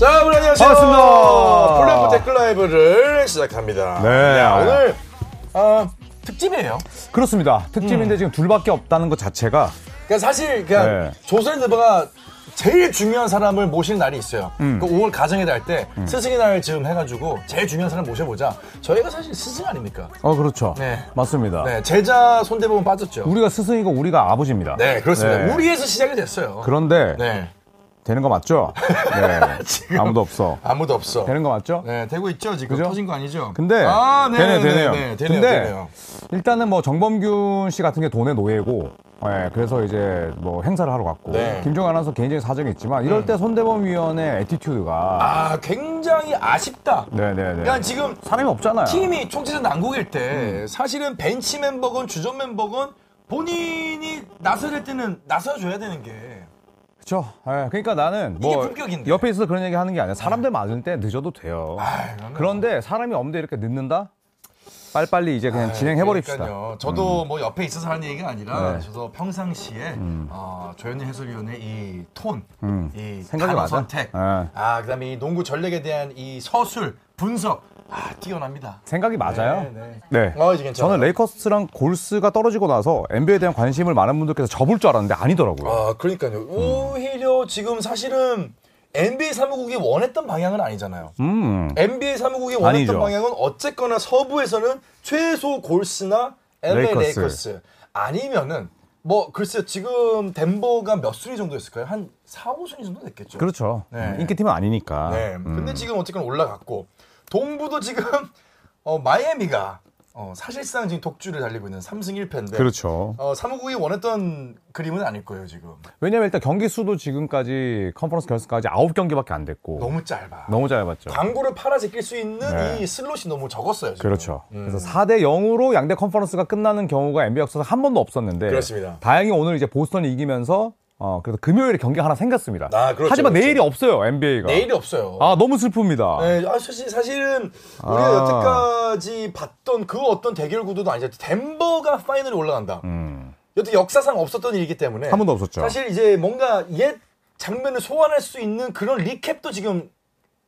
안녕하세요. 반갑습니다. 플랫폼 댓글 라이브를 시작합니다. 네. 야, 오늘 아, 특집이에요. 그렇습니다. 음. 특집인데 지금 둘밖에 없다는 것 자체가 그러니까 사실 그냥 네. 조선 드바가 제일 중요한 사람을 모시는 날이 있어요. 음. 그 5월 가정의 달때 스승의 날 즈음 해가지고 제일 중요한 사람 모셔보자. 저희가 사실 스승 아닙니까? 어 그렇죠. 네. 맞습니다. 네, 제자 손대보면 빠졌죠. 우리가 스승이고 우리가 아버지입니다. 네, 그렇습니다. 네. 우리에서 시작이 됐어요. 그런데 네, 되는 거 맞죠? 네. 아무도 없어. 아무도 없어. 되는 거 맞죠? 네, 되고 있죠 지금 그죠? 터진 거 아니죠? 근데 아, 네, 되네 네, 되네요. 네, 네, 되네요, 근데 되네요. 일단은 뭐 정범균 씨 같은 게 돈의 노예고, 예, 그래서 이제 뭐 행사를 하러 갔고 네. 음. 김종환 아나운서 개인적인 사정이 있지만 이럴 때 손대범 위원의 에티튜드가 아, 굉장히 아쉽다. 네네네 그러니까 지금 사람이 없잖아요. 팀이 총체적 난국일 때 사실은 벤치 멤버건 주전 멤버건 본인이 나서야 될 때는 나서줘야 되는 게 그렇죠. 그러니까 나는 이게 뭐 품격인데. 옆에 있어서 그런 얘기 하는 게 아니라 사람들 많을 때 늦어도 돼요. 아이, 그럼요. 그런데 사람이 없는데 이렇게 늦는다? 빨리빨리 이제 그냥 진행해 버립시다. 아, 음. 그러니까요. 저도 뭐 옆에 있어서 하는 얘기가 아니라 네. 음. 저도 평상시에 어, 조현일 해설위원의 이 톤, 이 생각이 단어 맞아. 선택, 네. 아 그다음에 이 농구 전략에 대한 이 서술 분석, 아 뛰어납니다. 생각이 맞아요. 네, 네. 어, 이제 괜찮아요. 저는 레이커스랑 골스가 떨어지고 나서 NBA에 대한 관심을 많은 분들께서 접을 줄 알았는데 아니더라고요. 아 그러니까요. 오히려 지금 사실은 NBA 사무국이 원했던 방향은 아니잖아요. 음. NBA 사무국이 원했던 아니죠. 방향은 어쨌거나 서부에서는 최소 골스나 LA 레이커스, 레이커스. 아니면은 뭐 글쎄요 지금 덴버가 몇 순위 정도였을까요? 한 4, 5순위 정도 됐겠죠. 그렇죠. 네. 음, 인기팀은 아니니까. 음, 네. 근데 지금 어쨌거나 올라갔고 동부도 지금 어, 마이애미가 어, 사실상 지금 독주를 달리고 있는 3승 1패인데 그렇죠. 어, 사무국이 원했던 그림은 아닐 거예요 지금. 왜냐면 일단 경기 수도 지금까지 컨퍼런스 결승까지 9경기밖에 안 됐고 너무 짧아. 너무 잘 봤죠. 광고를 팔아 제낄 수 있는 그렇죠. 네. 이 슬롯이 너무 적었어요. 지금. 그렇죠. 그래서 4대 0으로 양대 컨퍼런스가 끝나는 경우가 NBA 역사상 한 번도 없었는데 그렇습니다. 다행히 오늘 이제 보스턴이 이기면서 어 그래서 금요일에 경기가 하나 생겼습니다. 아, 그렇죠, 하지만 그렇죠. 내일이 없어요, NBA가. 내일이 없어요. 아, 너무 슬픕니다. 네, 아, 사실, 사실은 우리가 아. 여태까지 봤던 그 어떤 대결 구도도 아니죠. 덴버가 파이널에 올라간다. 여태 역사상 없었던 일이기 때문에 음. 한 번도 없었죠. 사실 이제 뭔가 옛 장면을 소환할 수 있는 그런 리캡도 지금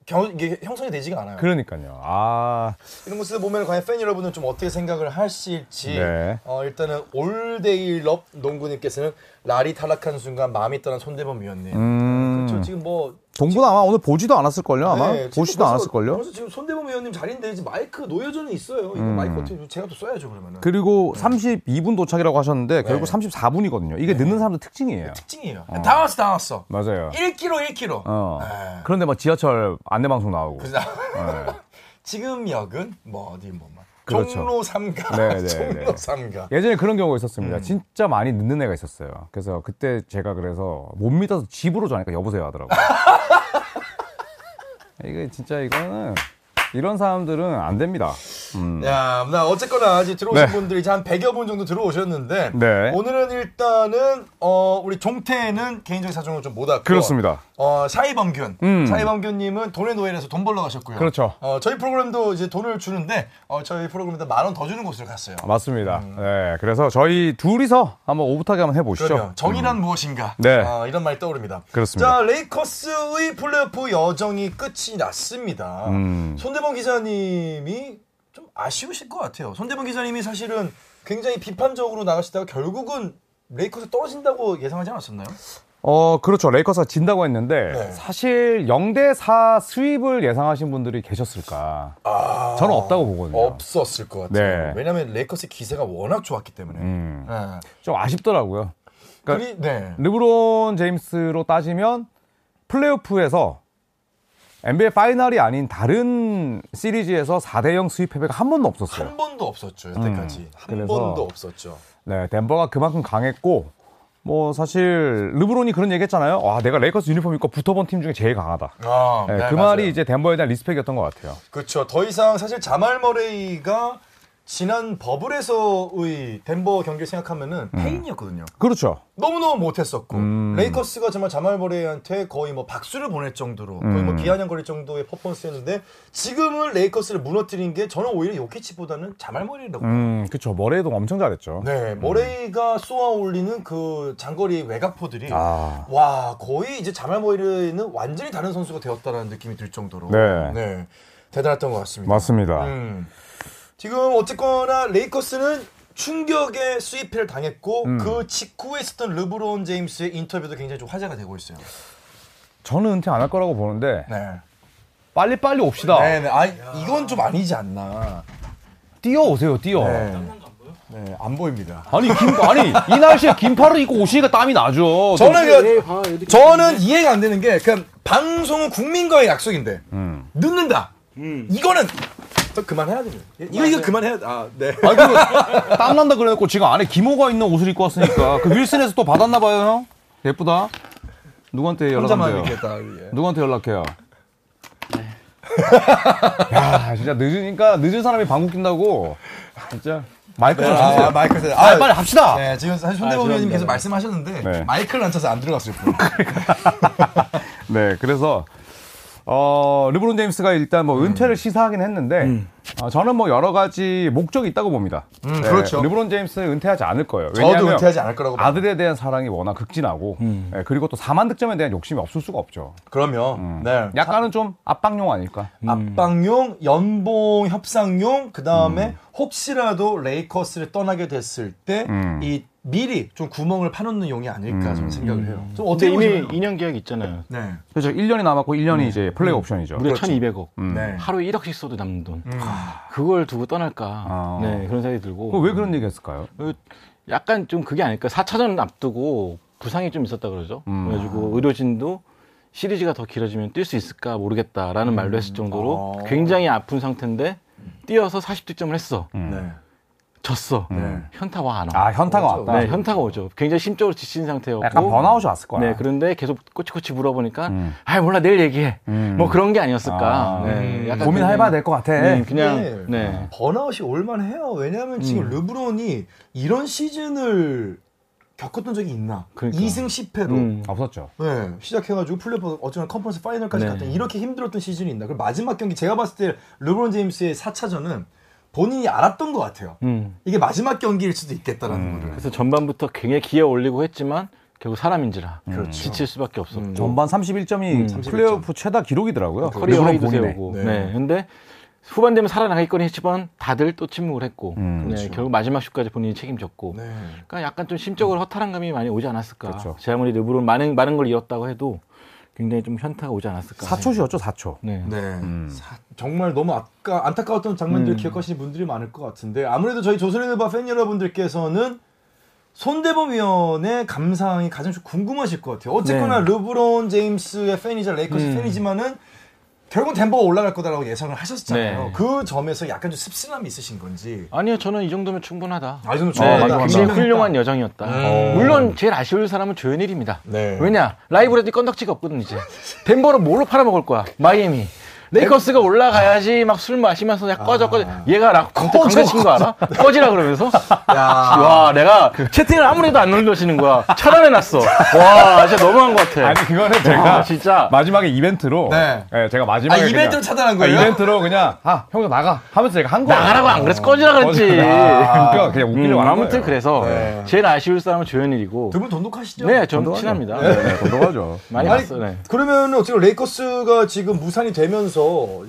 겨- 이게 형성이 되지가 않아요. 그러니까요. 아, 이런 모습을 보면 과연 팬 여러분은 좀 어떻게 생각을 하실지 네. 어, 일단은 올데일럽 농구님께서는 라리 타락한 순간 마음이 떠난 손대범 위원님. 음. 그렇죠. 지금 뭐 동구는 아마 오늘 보지도 않았을 걸요, 아마. 네, 지금 보지도 벌써- 않았을 걸요. 벌써 지금 손대범 의원님 자리인데 이제 마이크 노여전이 있어요. 이거 마이크 어떻게 제가 또 써야죠 그러면은. 음. 그리고 32분 도착이라고 하셨는데 결국 34분이거든요. 이게 늦는 사람들 특징이에요. 네. 특징이에요. 예. 다 왔어, 다 왔어. 맞아요. 1kg, 1kg. 어. 그런데 막 지하철 안내방송 나오고. 지금 역은 뭐 어디 뭐 막. 어. 그렇죠. 종로 3가, 네, 네, 네. 종로 3가. 예전에 그런 경우가 있었습니다. 진짜 많이 늦는 애가 있었어요. 그래서 그때 제가 그래서 못 믿어서 집으로 전하니까 여보세요 하더라고요. 이게 진짜 이거는 이런 사람들은 안 됩니다. 야, 나 어쨌거나 이제 들어오신 음. 네. 분들이 이제 한 100여 분 정도 들어오셨는데 네. 오늘은 일단은 어, 우리 종태는 개인적인 사정으로 좀 못 왔고 그렇습니다. 음. 어, 샤이범균. 샤이범균님은 돈의 노예에서 돈 벌러 가셨고요. 그렇죠. 어, 저희 프로그램도 이제 돈을 주는데, 어, 저희 프로그램에다 만 원 더 주는 곳으로 갔어요. 아, 맞습니다. 네, 그래서 저희 둘이서 한번 오붓하게 한번 해보시죠. 그러면 정의란 무엇인가? 네. 어, 이런 말이 떠오릅니다. 그렇습니다. 자, 레이커스의 플레이오프 여정이 끝이 났습니다. 음. 손대범 기자님이 좀 아쉬우실 것 같아요. 손대범 기자님이 사실은 굉장히 비판적으로 나가시다가 결국은 레이커스 떨어진다고 예상하지 않았었나요? 어, 그렇죠. 레이커스가 진다고 했는데 네. 사실 0대4 수입을 예상하신 분들이 계셨을까? 아, 저는 없다고 보거든요. 없었을 것 같아요. 네. 왜냐하면 레이커스의 기세가 워낙 좋았기 때문에. 음. 네. 좀 아쉽더라고요. 그러니까 그리, 네. 르브론 제임스로 따지면 플레이오프에서 NBA 파이널이 아닌 다른 시리즈에서 4대0 수입 패배가 한 번도 없었어요. 한 번도 없었죠 여태까지 한 음. 그래서- 번도 없었죠. 네, 덴버가 그만큼 강했고 뭐 사실 르브론이 그런 얘기했잖아요. 와, 내가 레이커스 유니폼 입고 붙어본 팀 중에 제일 강하다. 그 아, 네, 그 말이 이제 덴버에 대한 리스펙이었던 것 같아요. 그렇죠. 더 이상 사실 자말 머레이가 지난 버블에서의 덴버 경기를 생각하면은 페인이었거든요. 그렇죠. 너무너무 못했었고 음. 레이커스가 정말 자말 버레이한테 거의 뭐 박수를 보낼 정도로 거의 음. 뭐 비아냥거릴 정도의 퍼포먼스였는데 지금은 레이커스를 무너뜨린 게 저는 오히려 요키치보다는 자말 버레이라고 음, 그렇죠. 머레이도 엄청 잘했죠. 네, 머레이가 쏘아 올리는 그 장거리 외곽포들이 아. 와 거의 이제 자말 머레이는 완전히 다른 선수가 되었다라는 느낌이 들 정도로 네. 네, 대단했던 것 같습니다. 맞습니다. 음. 지금 어쨌거나 레이커스는 충격의 수입회를 당했고 그 직후에 있었던 르브론 제임스의 인터뷰도 굉장히 좀 화제가 되고 있어요. 저는 은퇴 안 할 거라고 보는데 네. 빨리빨리 옵시다. 네, 네. 아, 이건 좀 아니지 않나. 뛰어오세요, 뛰어. 네. 네, 안 보입니다. 아니, 김, 아니, 이 날씨에 긴팔을 입고 오시니까 땀이 나죠. 네. 저는 그, 아, 여기 저는 이해가 안 되는 게, 그냥 방송은 국민과의 약속인데, 늦는다. 이거는 음. 저 그만해야 됩니다. 이거, 이거 그만해야, 아, 네. 아니, 그, 땀난다 그래놓고 지금 안에 기모가 있는 옷을 입고 왔으니까. 그 윌슨에서 또 받았나봐요, 형? 예쁘다. 누구한테 혼자만 연락하세요? 얘기했다. 예. 누구한테 연락해요? 야, 진짜 늦으니까 늦은 사람이 방귀 낀다고. 진짜. 마이크 좀 아, 주세요. 아, 마이크 세- 빨리, 아, 빨리 합시다. 네, 지금 사실 손대범 의원님 계속 말씀하셨는데 네. 마이크를 안 쳐서 안 들어갔을 뿐. 네, 그래서 어, 르브론 제임스가 일단 뭐 은퇴를 시사하긴 했는데 어, 저는 뭐 여러 가지 목적이 있다고 봅니다. 네, 음, 그렇죠. 르브론 제임스 은퇴하지 않을 거예요. 저도 왜냐하면 은퇴하지 않을 거라고 봐요. 아들에 대한 사랑이 워낙 극진하고 예, 그리고 또 4만 득점에 대한 욕심이 없을 수가 없죠. 그러면 네. 약간은 좀 압박용 아닐까? 음. 압박용, 연봉 협상용, 그 다음에 혹시라도 레이커스를 떠나게 됐을 때 이 음. 미리 좀 구멍을 파놓는 용이 아닐까 저는 생각을 해요. 좀 근데 어떻게 이미 보시면 2년 계약 있잖아요. 네, 그렇죠. 1년이 남았고 1년이 이제 플레이 옵션이죠. 무려 1,200억. 음. 음. 네. 하루에 1억씩 써도 남는 돈. 그걸 두고 떠날까. 아. 네, 그런 생각이 들고. 그럼 왜 그런 얘기 했을까요? 그 약간 좀 그게 아닐까. 4차전 앞두고 부상이 좀 있었다 그러죠. 음. 그래가지고 의료진도 시리즈가 더 길어지면 뛸 수 있을까 모르겠다라는 말도 했을 정도로 아. 굉장히 음. 아픈 상태인데 뛰어서 40득점을 했어. 음. 네. 졌어. 네. 현타 와 안 와. 아, 현타가 그렇죠. 왔다. 네, 현타가 오죠. 굉장히 심적으로 지친 상태였고. 약간 번아웃이 왔을 거야. 네, 그런데 계속 꼬치꼬치 물어보니까 아 몰라 내일 얘기해. 뭐 그런 게 아니었을까. 음. 아, 네, 약간 고민해봐야 굉장히- 될 것 같아. 네, 그냥 음. 네. 네. 번아웃이 올만해요. 왜냐하면 지금 르브론이 이런 시즌을 겪었던 적이 있나? 그러니까. 2승 10패로 음. 없었죠. 네, 시작해가지고 플레이오프 어쩌면 컨퍼런스 파이널까지 네. 갔던 이렇게 힘들었던 시즌이 있나? 그 마지막 경기 제가 봤을 때 르브론 제임스의 4차전은 본인이 알았던 것 같아요. 음. 이게 마지막 경기일 수도 있겠다라는 거를. 그래서 전반부터 굉장히 기어 올리고 했지만 결국 사람인지라 그렇죠. 지칠 수밖에 없었고 전반 31점이 플레이오프 최다 기록이더라고요. 네, 커리어 물론 하이도 본인의. 세우고 네. 네. 근데 후반 되면 살아나겠거니 했지만 다들 또 침묵을 했고 음. 네, 결국 마지막 슛까지 본인이 책임졌고 네. 그러니까 약간 좀 심적으로 허탈한 감이 많이 오지 않았을까 그렇죠. 제 아무리 르브론 많은 많은 걸 잃었다고 해도 굉장히 좀 현타가 오지 않았을까 4초시였죠, 4초. 네. 네. 사- 정말 너무 아까 안타까웠던 음. 장면들 기억하시는 분들이 많을 것 같은데 아무래도 저희 조선일바 팬 여러분들께서는 손대범 위원의 감상이 가장 좀 궁금하실 것 같아요. 네. 어쨌거나 르브론 제임스의 팬이자 레이커스 음. 팬이지만은 결국 덴버가 올라갈 거다라고 예상을 하셨잖아요. 네. 그 점에서 약간 좀 씁쓸함이 있으신 건지. 아니요 저는 이 정도면 충분하다 아, 이 정도면 네, 충분하다. 굉장히 충분하다. 훌륭한 여정이었다 음. 물론 제일 아쉬울 사람은 조현일입니다 네. 왜냐 라이브레드 건덕지가 없거든 이제 덴버는 뭘로 팔아먹을 거야 마이애미 레이커스가 올라가야지 막 술 마시면서 그냥 꺼져 꺼져 얘가 나 그때 강제친 거 알아? 꺼지라 그러면서 야. 와 내가 채팅을 아무래도 안 눌러지는 거야 차단해놨어 와 진짜 너무한 것 같아 아니, 그거는 제가 아, 진짜 마지막에 이벤트로. 네. 예, 제가 마지막에. 아, 이벤트로 그냥- 차단한 거예요? 아, 이벤트로 그냥, 아, 형도 나가. 하면서 제가 한 거예요. 나가라고 안 그래서 꺼지라 그랬지 그러니까 그냥 음, 웃기려고 한 아무튼 거예요. 그래서 네. 제일 아쉬울 사람은 조현일이고 두 분 돈독하시죠? 네, 전 친합니다. 네, 네, 도도하죠. 많이 아니, 봤어요. 네. 그러면 어떻게 보면 레이커스가 지금 무산이 되면서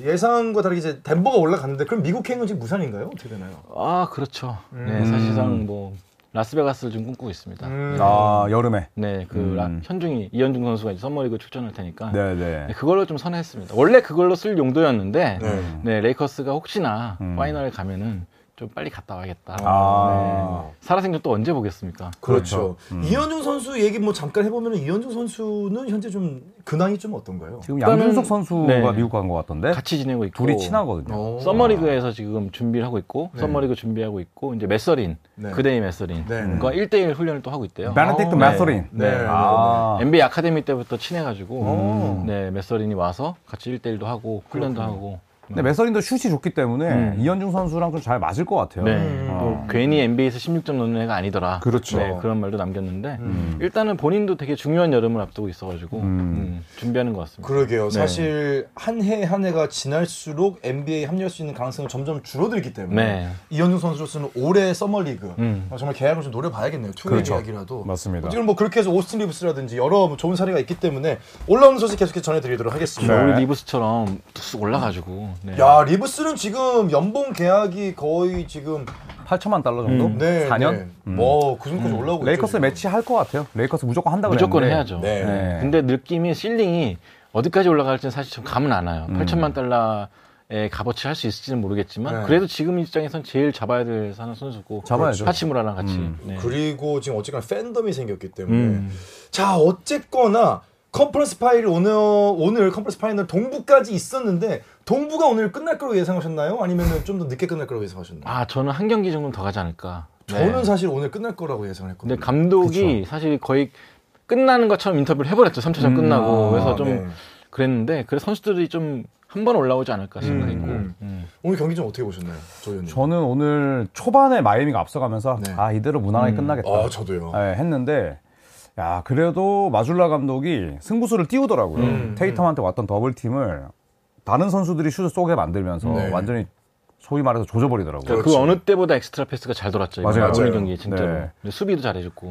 예상과 다르게 이제 덴버가 올라갔는데 그럼 미국 행은 지금 무산인가요? 어떻게 되나요? 아, 그렇죠. 네, 사실상 뭐 라스베가스를 좀 꿈꾸고 있습니다. 아, 여름에. 네, 그 라- 현중이 이현중 선수가 이제 썸머리그 출전할 테니까 네, 네. 네, 그걸로 좀 선회했습니다. 원래 그걸로 쓸 용도였는데 네. 네, 레이커스가 혹시나 파이널에 가면은 좀 빨리 갔다 와야겠다. 아. 네. 살아생전 또 언제 보겠습니까? 그렇죠. 이현중 선수 얘기 뭐 잠깐 해보면 이현중 선수는 현재 좀 근황이 좀 어떤가요? 지금 일단은- 양준석 선수가 네. 미국 간 것 같던데. 같이 지내고 있고 둘이 친하거든요. 어. 썸머리그에서 지금 준비를 하고 있고 썸머리그 준비하고 있고 이제 메서린 네. 그대의 메서린 네. 그과 1대1 훈련을 또 하고 있대요. 베네딕트 어, 메서린. 네. 네. 아. 음. NBA 아카데미 때부터 친해가지고 오. 네 메서린이 와서 같이 1대1도 하고 훈련도 하고 근데 메서린도 슛이 좋기 때문에 이현중 선수랑 좀 잘 맞을 것 음. 같아요. 음. 어. 네. 또 괜히 NBA에서 16점 넣는 애가 아니더라. 그렇죠. 음. 네, 그런 말도 남겼는데 일단은 본인도 되게 중요한 여름을 앞두고 있어가지고 음, 준비하는 것 같습니다. 그러게요. 네. 사실 한 해 한 해가 지날수록 NBA 에 합류할 수 있는 가능성이 점점 줄어들기 때문에 네. 이현중 선수로서는 올해 서머리그 음. 어, 정말 계약을 좀 노려봐야겠네요. 투웨이 그렇죠. 계약이라도. 맞습니다. 지금 뭐 그렇게 해서 오스틴 리브스라든지 여러 뭐 좋은 사례가 있기 때문에 올라오는 소식 계속해서 전해드리도록 하겠습니다. 네. 우리 리브스처럼 쑥 올라가지고. 네. 야 리브스는 지금 연봉 계약이 거의 지금 8천만 달러 정도? 음. 네, 음. 4년? 음. 네. 뭐, 그 정도까지 올라오고 레이커스 있죠, 지금. 매치 할 것 같아요. 레이커스 무조건 한다고 무조건 그랬는데. 해야죠. 네. 네. 근데 느낌이 실링이 어디까지 올라갈지는 사실 좀 감은 안 음. 와요. 8천만 달러의 값어치 할 수 있을지는 모르겠지만 네. 그래도 지금 입장에선 제일 잡아야 될 사는 선수고 잡아야죠. 음. 파치무라랑 같이. 네. 그리고 지금 어쨌거나 팬덤이 생겼기 때문에 음. 자 어쨌거나 컨퍼런스 파일 오늘 오늘 컨퍼런스 파이널 동부까지 있었는데 동부가 오늘 끝날 거로 예상하셨나요? 아니면 좀 더 늦게 끝날 거라고 예상하셨나요? 아 저는 한 경기 정도 더 가지 않을까. 네. 저는 사실 오늘 끝날 거라고 예상을 근데 했거든요. 감독이 사실 거의 끝나는 것처럼 인터뷰를 해버렸죠. 3차전 음, 끝나고. 아, 그래서 좀 네. 그랬는데, 그래서 선수들이 좀 한 번 올라오지 않을까 생각했고. 음. 음. 오늘 경기 좀 어떻게 보셨나요, 조 의원님? 저는 오늘 초반에 마이애미가 앞서가면서 네. 아 이대로 음. 무난하게 끝나겠다 아 저도요. 예, 했는데 야 그래도 마줄라 감독이 승부수를 띄우더라고요. 음, 테이텀한테 왔던 더블 팀을 다른 선수들이 슛을 쏘게 만들면서 네. 그렇죠. 완전히 소위 말해서 조져버리더라고요. 그러니까 그 어느 때보다 엑스트라 패스가 잘 돌았죠. 이번 그렇죠. 맞아요. 맞아요. 오늘 경기 진짜로. 네. 근데 수비도 잘해줬고.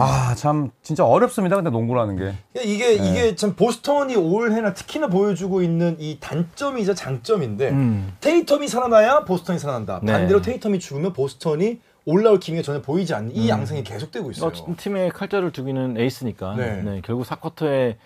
아 참 진짜 어렵습니다. 근데 농구라는 게 예, 이게 네. 이게 참 보스턴이 올해나 특히나 보여주고 있는 이 단점이자 장점인데 음. 테이텀이 살아나야 보스턴이 살아난다. 네. 반대로 테이텀이 죽으면 보스턴이 올라올 기미가 전혀 보이지 않는 음. 이 양상이 계속되고 있어요. 어쨌든 팀에 칼자를 두기는 에이스니까. 네. 네. 결국 사쿼터에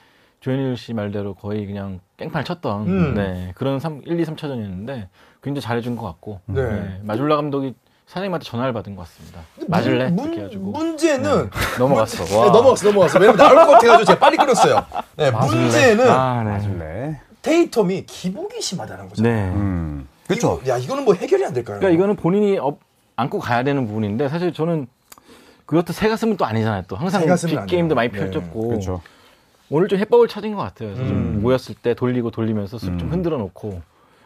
조현일 씨 말대로 거의 그냥 깽판을 쳤던 음. 네, 그런 3, 1, 2, 3차전이었는데 굉장히 잘해준 것 같고. 네. 네, 마줄라 감독이 사장님한테 전화를 받은 것 같습니다. 근데 맞을래? 문- 이렇게 해가지고. 문제는 넘어갔어. 네, 넘어갔어, 넘어갔어. 왜냐면 나올 것 같아가지고 제가 빨리 끊었어요. 네, 문제는 아, 네. 마줄레. 테이텀이 기복이 심하다는 거죠. 네. 음 그렇죠. 이거- 야, 이거는 뭐 해결이 안 될까요? 그러니까 이거는 본인이 업, 안고 가야 되는 부분인데 사실 저는 그것도 새 가슴은 또 아니잖아요. 또 항상 새 가슴은 빅 아니에요. 게임도 많이 네. 펼쳤고 그렇죠. 오늘 좀 해법을 찾은 것 같아요. 그래서 음. 좀 모였을 때 돌리고 돌리면서 숲좀 흔들어 놓고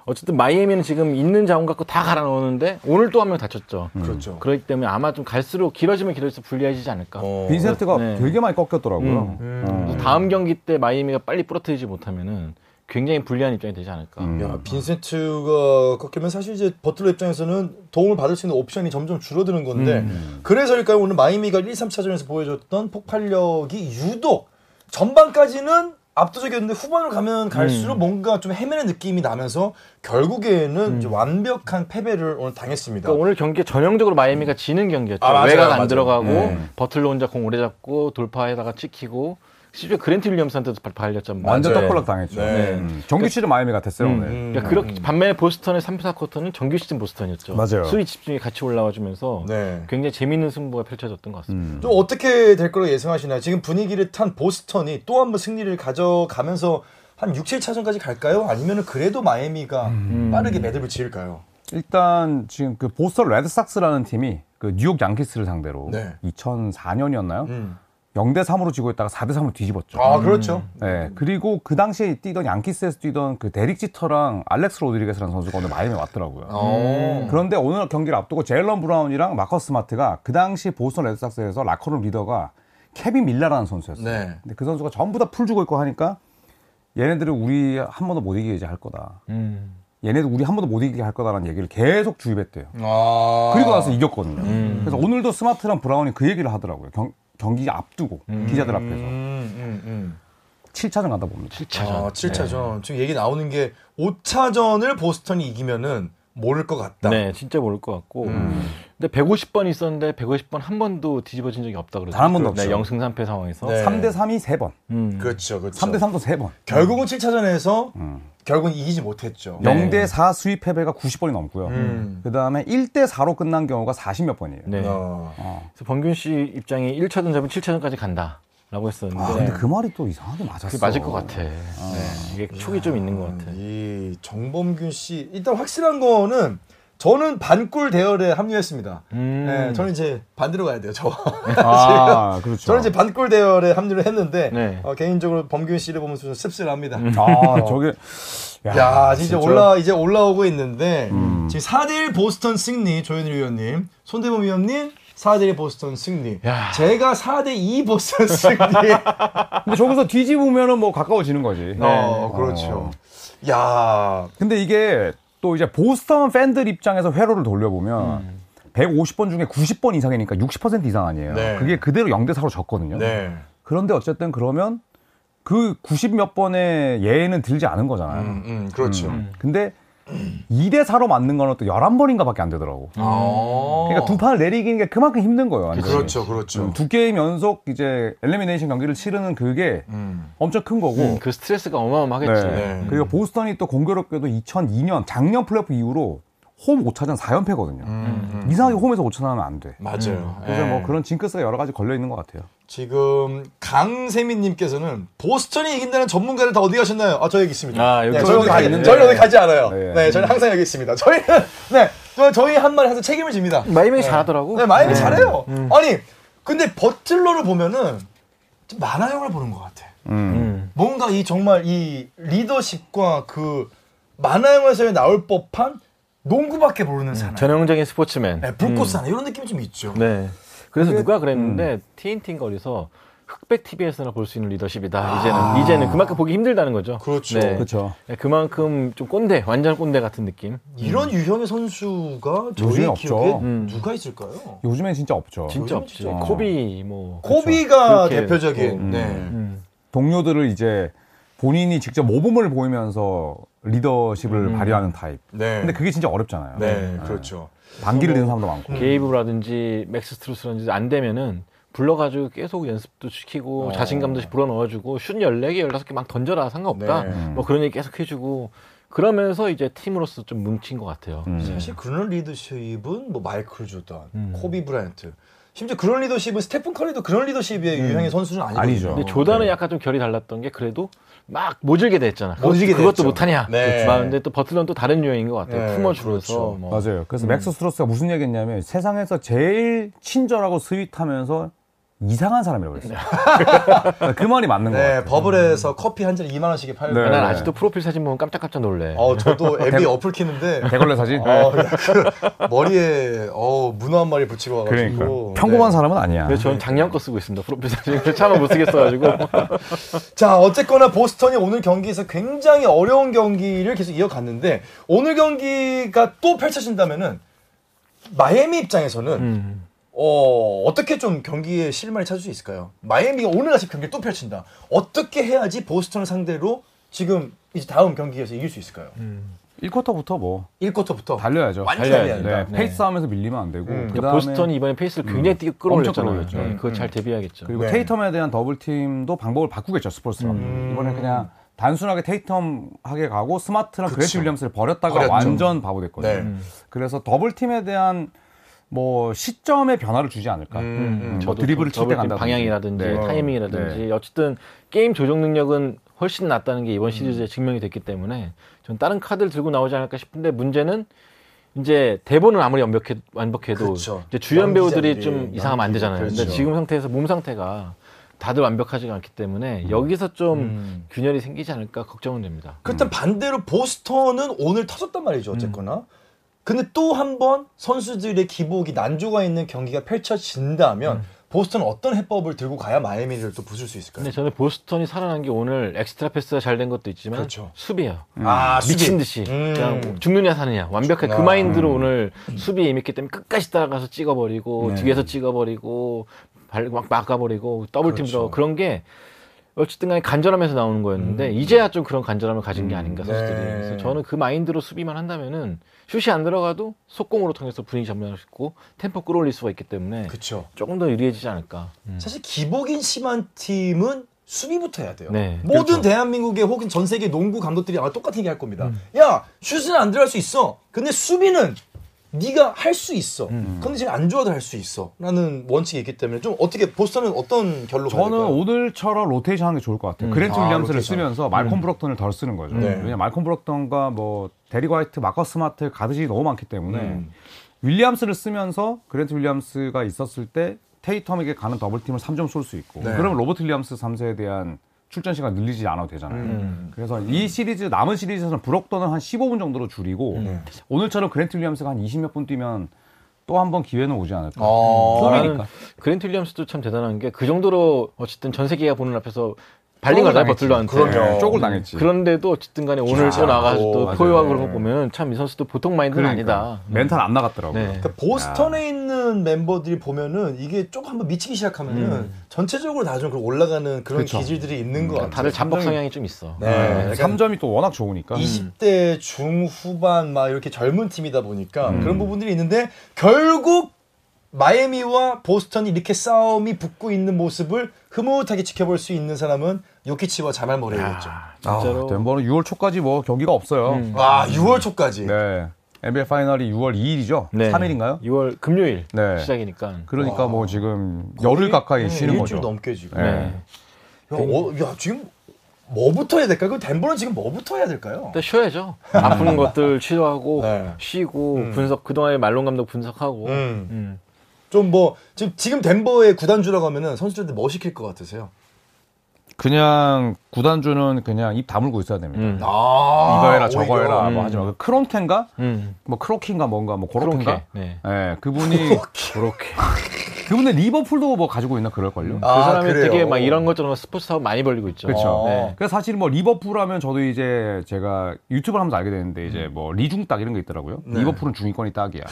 어쨌든 마이애미는 지금 있는 자원 갖고 다 갈아 넣었는데 오늘 또 한 명 다쳤죠. 그렇죠. 그렇기 때문에 아마 좀 갈수록 길어지면 길어질수록 불리해지지 않을까. 어, 빈센트가 네. 되게 많이 꺾였더라고요. 음. 그래서 다음 경기 때 마이애미가 빨리 부러뜨리지 못하면은 굉장히 불리한 입장이 되지 않을까. 음. 야, 빈센트가 꺾이면 사실 이제 버틀러 입장에서는 도움을 받을 수 있는 옵션이 점점 줄어드는 건데 음, 그래서일까요? 오늘 마이미가 1, 3차전에서 보여줬던 폭발력이 유독 전반까지는 압도적이었는데 후반으로 가면 갈수록 음. 뭔가 좀 헤매는 느낌이 나면서 결국에는 이제 완벽한 패배를 오늘 당했습니다. 그러니까 오늘 경기 전형적으로 마이애미가 지는 경기였죠. 아, 맞아요, 예. 외곽 안 맞아요. 들어가고 네. 버틀로 혼자 공 오래 잡고 돌파에다가 찍히고 심지어 그랜트 윌리엄스한테도 발- 발렸잖아요. 완전 맞아요. 떡벌락 당했죠. 네. 음. 정규 시즌 마이애미 같았어요 오늘. 음. 그러니까 그렇게 반면에 보스턴의 3, 4쿼터는 정규 시즌 보스턴이었죠. 맞아요. 수위 집중이 같이 올라와 주면서 네. 굉장히 재밌는 승부가 펼쳐졌던 것 같습니다. 좀 어떻게 될 거라고 예상하시나요? 지금 분위기를 탄 보스턴이 또 한 번 승리를 가져가면서 한 6, 7차전까지 갈까요? 아니면 그래도 음. 마이애미가 빠르게 매듭을 지을까요? 일단 지금 그 보스턴 레드삭스라는 팀이 그 뉴욕 양키스를 상대로 네. 2004년이었나요? 음. 0대 3으로 지고 있다가 4대 3으로 뒤집었죠. 아, 그렇죠. 네, 그리고 그 당시에 뛰던 양키스에서 뛰던 그 데릭 지터랑 알렉스 로드리게스라는 선수가 오늘 마이애미 왔더라고요. 어. 그런데 오늘 경기를 앞두고 제일런 브라운이랑 마커스 마트가 그 당시 보스턴 레드삭스에서 라커룸 리더가 케빈 밀라라는 선수였어요. 네. 근데 그 선수가 전부 다 풀 주고 있고 하니까 얘네들은 우리 한 번도 못 이기게 이제 할 거다. 얘네들 우리 한 번도 못 이기게 할 거다라는 얘기를 계속 주입했대요. 아. 음. 그리고 나서 이겼거든요. 그래서 오늘도 스마트랑 브라운이 그 얘기를 하더라고요. 경, 경기 앞두고 기자들 앞에서 음, 음. 7차전 간다 봅니다. 7차전. 아, 7차전. 지금 얘기 나오는 게 5차전을 보스턴이 이기면은 모를 것 같다. 네, 진짜 모를 것 같고. 근데 150번 있었는데 150번 한 번도 뒤집어진 적이 없다 그러죠. 단한 번도 없죠. 네, 영승 3패 상황에서. 네. 3대 3이 3번, 음. 그렇죠. 그렇죠. 3대 3도 3번, 결국은 7차전에서 음. 결국은 이기지 못했죠. 네. 0대 4 수입 패배가 90번이 넘고요. 그 다음에 1대 4로 끝난 경우가 40몇 번이에요. 네. 어. 그래서 범균 씨 입장이 1차전 잡으면 7차전까지 간다라고 했었는데 네. 아, 근데 그 말이 또 이상하게 맞았어. 그게 맞을 것 같아. 음, 네, 이게 촉이 좀 있는 것 같아. 이 정범균 씨 일단 확실한 거는 저는 반꿀 대열에 합류했습니다. 음. 네, 저는 이제 반대로 가야 돼요. 저. 아, 그렇죠. 저는 이제 반꿀 대열에 합류를 했는데 네. 어, 개인적으로 범균 씨를 보면서 좀 씁쓸합니다. 아, 저게 야, 진짜 올라 이제 올라오고 있는데 지금 4대1 보스턴 승리 조현일 위원님, 손대범 위원님 4대1 보스턴 승리. 야. 제가 4대2 보스턴 승리. 근데 저기서 뒤집으면은 뭐 가까워지는 네. 거지. 어, 그렇죠. 야, 근데 이게 또 이제 보스턴 팬들 입장에서 회로를 돌려보면 음. 150번 중에 90번 이상이니까 60% 이상 아니에요. 네. 그게 그대로 0대 4로 졌거든요. 네. 그런데 어쨌든 그러면 그 90 몇 번의 예에는 들지 않은 거잖아요. 음, 음, 그렇죠. 근데 2대 4로 맞는 거는 또 11번인가밖에 안 되더라고. 아. 그러니까 두 판을 내리기는 게 그만큼 힘든 거예요. 완전히. 그렇죠, 그렇죠. 음, 두 게임 연속 이제 엘리미네이션 경기를 치르는 그게 음. 엄청 큰 거고. 음, 그 스트레스가 어마어마하겠지. 네. 네. 그리고 보스턴이 또 공교롭게도 2002년 작년 플레이오프 이후로 홈 5차전 4연패거든요. 음, 이상하게 홈에서 5차전 하면 안 돼. 맞아요. 그래서 예. 뭐 그런 징크스가 여러 가지 걸려 있는 것 같아요. 지금 강세민님께서는 보스턴이 이긴다는 전문가를 다 어디 가셨나요? 아, 저 여기 있습니다. 아, 여기 네, 저희 저기 어디 다 가지, 있는데. 저희 어디 가지 않아요. 네. 네, 저희는 항상 여기 있습니다. 저희는 네, 저- 저희 한 말에 항상 책임을 집니다. 마이맹이 잘하더라고. 네, 마이미 잘해요. 아니, 근데 버틀러를 보면은 좀 만화 영화를 보는 것 같아. 음. 뭔가 이 정말 이 리더십과 그 만화 영화에서 나올 법한 농구밖에 모르는 사람. 전형적인 스포츠맨. 네, 불꽃 사나 이런 느낌이 좀 있죠. 네. 그래서 누가 그랬는데 음. TNT 거리에서 흑백 TV에서나 볼 수 있는 리더십이다. 이제는 이제는 그만큼 보기 힘들다는 거죠. 아. 그렇죠. 네. 그렇죠. 네, 그만큼 좀 꼰대, 완전 꼰대 같은 느낌. 이런 유형의 선수가 음. 요즘에 저희 기억에 없죠. 음. 누가 있을까요? 요즘엔 진짜 없죠. 진짜 요즘 없지. 진짜 코비 뭐 코비가 그렇게- 대표적인. 음. 네. 음. 동료들을 이제 본인이 직접 모범을 보이면서 리더십을 발휘하는 타입. 음. 네. 근데 그게 음. 진짜 어렵잖아요. 네, 그렇죠. 반기를 드는 사람도 음. 많고. 게이브라든지 맥스 스트루스라든지 안 되면은 불러가지고 계속 연습도 어. 시키고 자신감도 불어넣어주고 슛 14개, 15개 막 던져라 상관없다. 네. 뭐 그런 얘기 계속 해주고 그러면서 이제 팀으로서 좀 뭉친 것 같아요. 음. 사실 그런 리더십은 뭐 마이클 조던, 음. 코비 브라이언트, 심지어 그런 리더십은 스테픈 커리도 그런 리더십의 유형의 선수는 아니거든요. 음. 아니죠. 근데 조단은 약간 좀 결이 달랐던 게 그래도 막 모질게 됐잖아. 그것- 모질게 그것도 됐죠. 못하냐. 네. 막 근데 또 버틀러는 또 다른 유형인 것 같아요. 네, 품어주면서. 그렇죠. 뭐. 맞아요. 그래서 맥스 스트로스가 무슨 얘기했냐면 세상에서 제일 친절하고 스윗하면서 이상한 사람이라고 그랬어요. 그 말이 맞는 것 네, 같아요. 음. 버블에서 커피 한 잔 2만 원씩에 팔고. 네. 난 아직도 프로필 사진 보면 깜짝깜짝 놀래. 어, 저도 앱이 어플 키는데 대걸레 사진? 네. 어, 그 머리에 어, 문어 한 마리 붙이고 그러니까 와가지고 평범한 네. 사람은 아니야. 근데 저는 작년 거 쓰고 있습니다. 프로필 사진. 그래서 차마 못 쓰겠어가지고. 자, 어쨌거나 보스턴이 오늘 경기에서 굉장히 어려운 경기를 계속 이어갔는데 오늘 경기가 또 펼쳐진다면은 마이애미 입장에서는 음. 어, 어떻게 좀 경기에 실마리 찾을 수 있을까요? 마이애미가 오늘 같이 경기를 또 펼친다. 어떻게 해야지 보스턴을 상대로 지금 이제 다음 경기에서 이길 수 있을까요? 1쿼터부터 뭐 1쿼터부터 달려야죠. 완전 달려야 달려야 된다. 네, 페이스 하면서 밀리면 안 되고 음. 그다음에 그러니까 보스턴이 이번에 페이스를 굉장히 뛰 끌어올렸잖아요. 엄청 끌어올렸죠. 네, 그거 잘 대비해야겠죠. 그리고 네. 테이텀에 대한 더블 팀도 방법을 바꾸겠죠 스포츠랑 음. 이번에 그냥 단순하게 테이텀하게 가고 스마트랑 그레이트 윌리엄스를 버렸다가 버렸죠. 완전 바보 됐거든요. 네. 음. 그래서 더블 팀에 대한 뭐 시점의 변화를 주지 않을까. 음, 뭐 저도 드리블을 칠 좀 때 더블 간다든지. 방향이라든지 네. 타이밍이라든지 어쨌든 게임 조정 능력은 훨씬 낫다는 게 이번 음. 시리즈에 증명이 됐기 때문에 전 다른 카드를 들고 나오지 않을까 싶은데 문제는 이제 대본은 아무리 완벽해, 완벽해도 그렇죠. 그쵸. 이제 주연 연기자들이 배우들이 좀 이상하면 안 연기고, 되잖아요. 근데 그렇죠. 지금 상태에서 몸 상태가 다들 완벽하지가 않기 때문에 여기서 좀 음. 균열이 생기지 않을까 걱정은 됩니다. 그렇다면 반대로 보스턴은 오늘 터졌단 말이죠 음. 어쨌거나 근데 또 한 번 선수들의 기복이 난조가 있는 경기가 음. 펼쳐진다면 보스턴은 어떤 해법을 들고 가야 마이애미를 또 부술 수 있을까요? 근데 저는 보스턴이 살아난 게 오늘 엑스트라 패스가 잘 된 것도 있지만 그렇죠. 수비예요. 음. 아 미친 수비. 듯이 음. 그냥 뭐 죽느냐 사느냐 완벽한 그 아. 마인드로 오늘 수비에 임했기 때문에 끝까지 따라가서 찍어버리고 네. 뒤에서 찍어버리고 발 막 막아버리고 더블팀 그렇죠. 음. 들어 그런 게 어쨌든 간에 간절함에서 나오는 거였는데 이제야 좀 그런 간절함을 가진 게 아닌가 선수들이 네. 그래서 저는 그 마인드로 수비만 한다면은 슛이 안 들어가도 속공으로 통해서 분위기 점령할 수 있고 템포 끌어올릴 수가 있기 때문에 그렇죠. 음. 조금 더 유리해지지 않을까 음. 사실 기복인 심한 팀은 수비부터 해야 돼요. 네, 모든 그렇죠. 대한민국의 혹은 전 음. 세계 농구 감독들이 아마 똑같은 얘기 할 겁니다. 야 슛은 안 들어갈 수 있어. 근데 수비는 네가 할 수 있어. 음. 컨디션이 안 좋아도 할 수 있어라는 원칙이 있기 때문에 좀 어떻게 보스턴은 어떤 결로 가야 저는 될까요? 오늘처럼 로테이션 하는 게 좋을 것 같아요. 음. 그랜트 아, 윌리엄스를 로테이션. 음. 쓰면서 말콤 브록턴을 덜 쓰는 거죠. 네. 왜냐 말콤 브록턴과 뭐 데리 화이트, 마커스 마트 가드진이 너무 많기 때문에 음. 윌리엄스를 쓰면서 그랜트 윌리엄스가 있었을 때 테이텀에게 가는 더블팀을 3점 쏠 수 있고 네. 그러면 로버트 윌리엄스 3세에 대한 출전 시간 늘리지 않아도 되잖아요. 음. 그래서 이 시리즈 남은 시리즈에서는 브록턴을 한 15분 정도로 네. 줄이고 음. 오늘처럼 그랜트 윌리엄스가 한 20몇 분 뛰면 또 한 번 기회는 오지 않을까. 어, 아. 폼이니까. 그랜트 윌리엄스도 참 대단한 게 그 정도로 어쨌든 전 세계가 보는 앞에서 발린 쪽을 거잖아요 당했지. 버틀러한테. 그럼요. 네, 쪽을 당했지. 그런데도 어쨌든 간에 오늘 진짜. 또 나가서 오, 또 맞아요. 포효하고 그런 거 보면 참 이 선수도 보통 마인드는 아니다. 그러니까 음. 멘탈 안 나갔더라고요. 네. 그러니까 보스턴에 있는 멤버들이 보면은 이게 조금 한번 미치기 시작하면은 전체적으로 다 좀 올라가는 그런 음. 그쵸. 기질들이 음. 있는 것 같아요. 그러니까 다들 잡박 삼성이- 성향이 좀 있어. 네. 약간 3점이 또 워낙 좋으니까. 20대 중후반 막 이렇게 젊은 팀이다 보니까 음. 그런 부분들이 있는데 결국 마이애미와 보스턴이 이렇게 싸움이 붙고 있는 모습을 흐뭇하게 지켜볼 수 있는 사람은 요키치와 자말 모레이겠죠. 아, 진짜로. 덴버는 6월 초까지 뭐 경기가 없어요. 와 6월 초까지. 네. NBA 파이널이 6월 2일이죠? 네. 3일인가요? 6월 네. 금요일 네. 시작이니까. 그러니까 뭐 지금 열흘 가까이 음, 쉬는 일주일 거죠. 넘게 지금. 네. 네. 야, 어, 야, 지금 뭐부터 해야 될까요? 그 덴버는 지금 뭐부터 해야 될까요? 일단 쉬어야죠. 아픈 것들 치료하고 네. 쉬고 분석 그동안에 말론 감독 분석하고. 음. 음. 좀 뭐 지금 지금 덴버의 구단주라고 하면은 선수들한테 뭐 시킬 것 같으세요? 그냥 구단주는 그냥 입 다물고 있어야 됩니다. 음. 아, 이거 해라, 오히려. 저거 해라, 뭐 하지 마. 그 크롬켄가? 음. 뭐 크로킨가 뭔가, 뭐 그렇게. 고로킨가? 네. 예, 그분이, 그렇게. 그분의 리버풀도 뭐 가지고 있나 그럴걸요? 아, 그 사람이 그래요? 되게 막 이런 것처럼 스포츠 사업 많이 벌리고 있죠. 그렇죠. 네. 그래서 사실 뭐 리버풀 하면 저도 이제 제가 유튜브를 하면서 알게 됐는데 이제 뭐 리중 딱 이런 게 있더라고요. 리버풀은 중위권이 딱이야.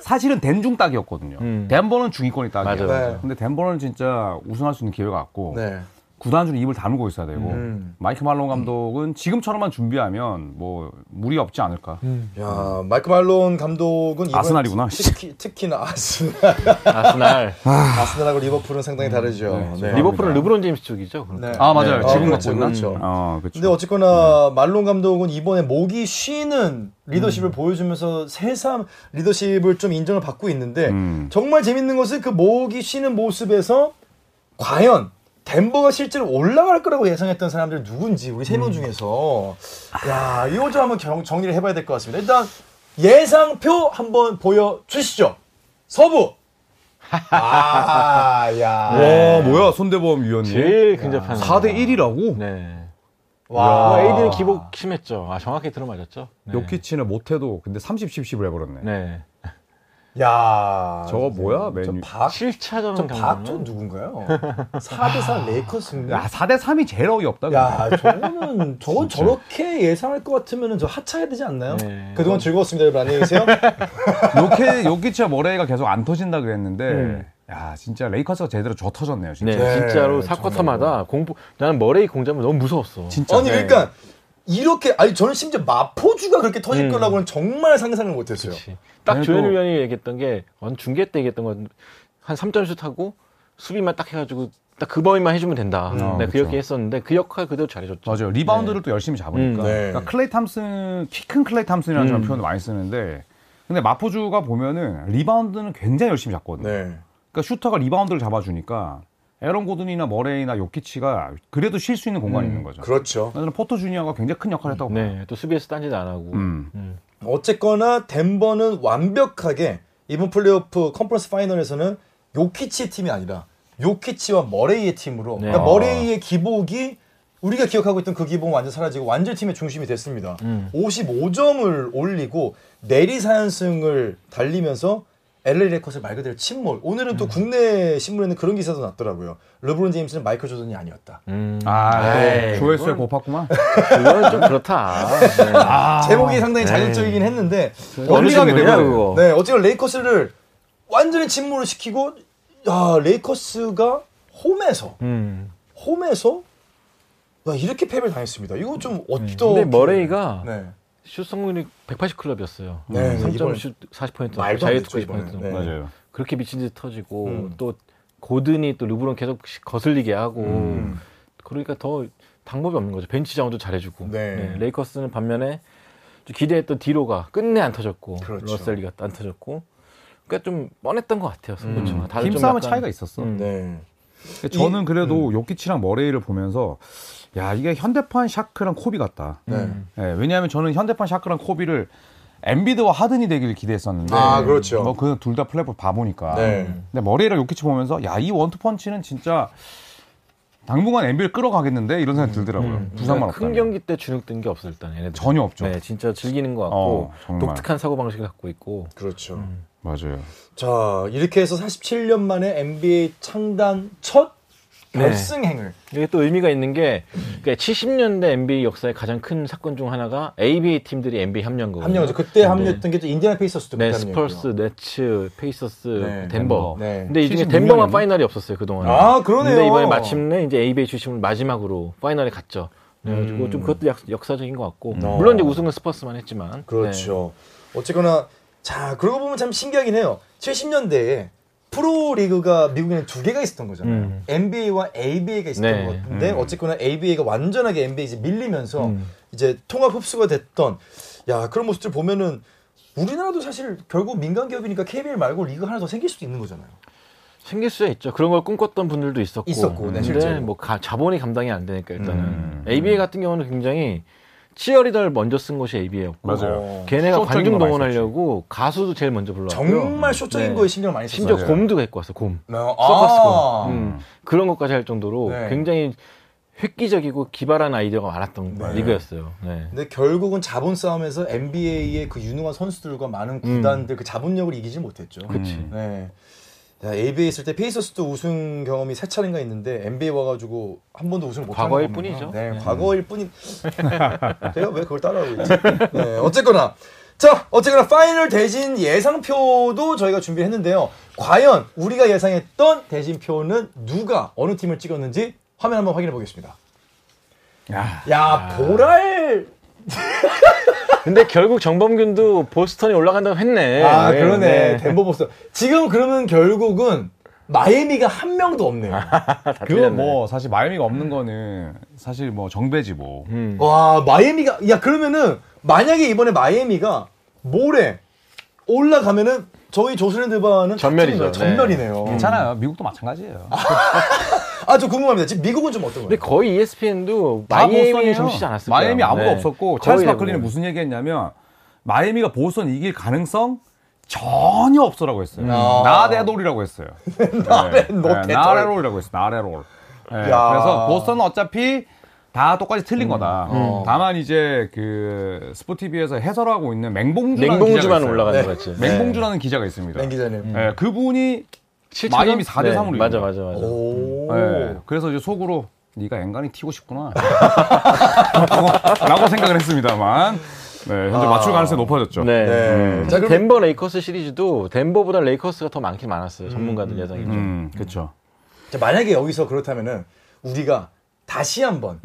사실은 덴중 딱이었거든요. 음. 덴버는 중위권이 딱이야. 맞아요. 네. 근데 덴버는 진짜 우승할 수 있는 기회가 왔고 네. 구단주는 입을 다물고 있어야 되고 음. 마이크 말론 감독은 지금처럼만 준비하면 뭐 무리 없지 않을까. 야 마이크 말론 감독은 이번에 아스날이구나. 특히, 특히나 아스날, 아스날. 아스날하고 리버풀은 상당히 다르죠. 그렇죠. 네. 리버풀은 르브론 제임스 쪽이죠. 그러니까. 네. 아 맞아요. 네. 지금 아, 갖고 그렇죠, 있나? 그렇죠. 어, 그렇죠. 근데 어쨌거나 말론 감독은 이번에 목이 쉬는 음. 리더십을 보여주면서 새삼 리더십을 좀 인정을 받고 있는데 음. 정말 재밌는 것은 그 목이 쉬는 모습에서 과연 덴버가 실제로 올라갈 거라고 예상했던 사람들 누군지 우리 음. 세 명 중에서 아. 야 이거 좀 한번 경- 정리를 해봐야 될 것 같습니다. 일단 예상표 한번 보여주시죠. 서부. 아, 야. 와 뭐야 손대범 위원님. 아. 제일 근접한. 4대 1이라고? 네. 와. 에이드는 기복 심했죠. 아, 정확히 들어맞았죠. 네. 요키치는 못해도 근데 30, 10, 10을 해버렸네. 네. 야. 저거 뭐야 메뉴? 박, 실차전 어, 저 박조 경기. 누군가요? 4대4 레이커스 승리? 야, 아, 4대 3이 제일 어이없다. 야, 저거는, 저건 저렇게 예상할 것 같으면 저 하차해야 되지 않나요? 네. 그동안 즐거웠습니다, 여러분. 안녕히 계세요. 요케 요키치와 모레이가 계속 안 터진다 그랬는데 야, 진짜 레이커스가 제대로 저 터졌네요, 진짜. 네, 네, 진짜로 사쿼터마다 공포. 나는 머레이 공잡면 너무 무서웠어. 진짜. 네. 아니, 그러니까, 이렇게, 아니, 저는 심지어 마포주가 그렇게 터질 음. 거라고는 정말 상상을 못 했어요. 그치. 딱 네. 그래도- 조현일 위원이 얘기했던 게, 언 중계 때 얘기했던 건, 한 3점슛 하고, 수비만 딱 해가지고, 딱 그 범위만 해주면 된다. 음, 네, 그쵸. 그 역할 했었는데, 그 역할 그대로 잘해줬죠. 맞아요. 리바운드를 또 열심히 잡으니까. 음. 음, 네. 그러니까 클레이 탐슨, 키 큰 클레이 탐슨이라는 저는 표현을 많이 쓰는데 근데 마포주가 보면은 리바운드는 굉장히 열심히 잡거든요. 네. 그러니까 슈터가 리바운드를 잡아주니까 에런 고든이나 머레이나 요키치가 그래도 쉴 수 있는 공간이 있는 거죠. 그렇죠. 저는 포터 주니어가 굉장히 큰 역할을 했다고 봐요. 네, 또 수비에서 딴짓 안 하고. 음. 음. 어쨌거나 덴버는 완벽하게 이번 플레이오프 컨퍼런스 파이널에서는 요키치의 팀이 아니라 요키치와 머레이의 팀으로 네. 그러니까 아. 머레이의 기복이 우리가 기억하고 있던 그 기복은 완전 사라지고 완전 팀의 중심이 됐습니다. 55점을 올리고 내리사연승을 달리면서 LA 레커스 말 그대로 침몰. 오늘은 또 국내 신문에는 그런 기사도 났더라고요. 르브론 제임스는 마이클 조던이 아니었다. 음. 아, 에이, 또 조회수에 그건- 고팠구만. 그건 좀 그렇다. 네. 아, 아, 제목이 상당히 자극적이긴 했는데 어느 연리하게 정도냐, 되거든요. 그거. 네, 어쨌든 레이커스를 완전히 침몰을 시키고 야, 레이커스가 홈에서 음. 홈에서 야, 이렇게 패배를 당했습니다. 이거 좀 어떠 음. 근데 머레이가 그 네. 슛 성공률이 180 클럽이었어요. 네, 3점 이번에 슛 40% 말도 안 자유투 됐죠, 이번에. 90% 네. 맞아요. 그렇게 미친 듯 터지고 음. 또 고든이 또 르브론 계속 시- 거슬리게 하고 음. 음. 그러니까 더 방법이 없는 거죠. 벤치 자원도 잘해주고 네. 레이커스는 반면에 좀 기대했던 디로가 끝내 안 터졌고 그렇죠. 러셀리가 안 터졌고 그러니까 좀 뻔했던 것 같아요. 음. 승부처가 음. 다들 좀 팀싸움의 약간- 음. 차이가 있었어. 음. 네. 근데 저는 그래도 요키치랑 머레이를 보면서 야 이게 현대판 샤크랑 코비 같다. 네. 음. 예, 왜냐하면 저는 현대판 샤크랑 코비를 엔비드와 하든이 되기를 기대했었는데 아, 그렇죠. 뭐 그냥 둘 다 플랫폼 바보니까. 네. 근데 머레이랑 요키치 보면서 야 이 원투펀치는 진짜 당분간 엔비를 끌어가겠는데 이런 생각이 들더라고요. 부상만 음. 큰 없다면. 경기 때 주눅든 게 없어 일단 얘네들 전혀 없죠. 네, 진짜 즐기는 것 같고 어, 정말. 독특한 사고 방식을 갖고 있고 그렇죠. 음. 맞아요. 자, 이렇게 해서 47년 만에 NBA 창단 첫 네. 결승행을 이게 또 의미가 있는 게 그러니까 70년대 NBA 역사의 가장 큰 사건 중 하나가 ABA 팀들이 NBA 합류한 거거든요. 합류하죠. 그때 합류했던 게 또 인디애나 페이서스도 어. 네, 그때 스펄스, 네츠, 페이서스, 네, 덴버. 덴버. 네. 근데 이 중에 76 덴버만 년이었나? 파이널이 없었어요 그동안. 아, 그러네요. 근데 이번에 마침내 이제 ABA 주심을 마지막으로 파이널에 갔죠. 음. 그래가지고 좀 그것도 약- 역사적인 것 같고 물론 이제 우승은 스퍼스만 했지만 그렇죠. 네. 어쨌거나 자 그러고 보면 참 신기하긴 해요. 70년대에 프로 리그가 미국에는 두 개가 있었던 거잖아요. 음. NBA와 ABA가 있었던 네. 것 같은데 어쨌거나 ABA가 완전하게 NBA 이제 밀리면서 음. 이제 통합 흡수가 됐던 야 그런 모습들 보면은 우리나라도 사실 결국 민간 기업이니까 KBL 말고 리그 하나 더 생길 수도 있는 거잖아요. 생길 수 있죠. 그런 걸 꿈꿨던 분들도 있었고, 있었고, 네, 근데 실제로. 음. 뭐 가- 자본이 감당이 안 되니까 일단은 ABA 같은 경우는 굉장히 치어리더를 먼저 쓴 곳이 ABA였고, 맞아요. 어, 걔네가 쇼적인 관중 거 많이 동원하려고 가수도 제일 먼저 불러왔고, 정말 쇼적인 네. 거에 신경 을 많이 썼어요. 심지어 곰도 갖고 왔어 곰, 아, 서커스 곰 음, 그런 것까지 할 정도로 네. 굉장히 획기적이고 기발한 아이디어가 많았던 네. 리그였어요. 네. 근데 결국은 자본 싸움에서 NBA의 그 유능한 선수들과 많은 구단들 그 자본력을 이기지 못했죠. 음. 그치. 네. 자, ABA 있을 때 페이서스도 우승 경험이 세 차례인가 있는데 NBA 와가지고 한 번도 우승을 못한 과거일 거구나. 뿐이죠. 음. 네, 과거일 뿐인. 제가 왜 그걸 따라하고 있지? 네, 어쨌거나 자, 어쨌거나 파이널 대진 예상표도 저희가 준비했는데요. 과연 우리가 예상했던 대진표는 누가 어느 팀을 찍었는지 화면 한번 확인해 보겠습니다. 야. 아. 야, 보랄 근데 결국 정범균도 보스턴이 올라간다고 했네. 아 네, 그러네 네. 덴버 보스 지금 그러면 결국은 마이애미가 한 명도 없네요 그건 뭐 사실 마이애미가 없는 거는 사실 뭐 정배지 뭐. 음. 와 마이애미가 야 그러면은 만약에 이번에 마이애미가 모레 올라가면은 저희 조스랜드바는 전멸이죠. 전멸이네요 괜찮아요. 미국도 마찬가지예요. 아 저 궁금합니다 지금 미국은 좀 어떤 근데 거예요 거의 E ESPN도 다 마이애미 보스턴이에요. 점치지 않았을 거예요. 마이애미 아무도 네. 없었고 거의 뭐 찰스 바클리는 대부분. 무슨 얘기했냐면 마이애미가 보스턴 이길 가능성 전혀 없어라고 했어요. 음. 아. 나대돌이라고 했어요. 네. 나대돌. 나대돌이라고 했어요. 나대돌. 네, 야. 그래서 보스턴은 어차피 다 똑같이 틀린 거다. 어. 다만 이제 그 스포티비에서 해설하고 있는 맹봉주라는 기자가 냉봉주만 있어요. 올라가는 네. 거 같지. 맹봉주라는 기자가 있습니다. 맹 기자님 네, 그분이 실제로? 마이애미 4대 3으로 어. 네, 맞아 맞아 맞아. 오 네, 그래서 이제 속으로 네가 앵간히 튀고 싶구나 라고, 라고 생각을 했습니다만 네, 현재 아. 맞출 가능성이 높아졌죠. 네. 네. 자, 자, 그럼- 덴버 레이커스 시리즈도 덴버보다 레이커스가 더 많긴 많았어요. 전문가들 예상이 죠 음, 그렇죠. 자, 만약에 여기서 그렇다면은 우리가 다시 한번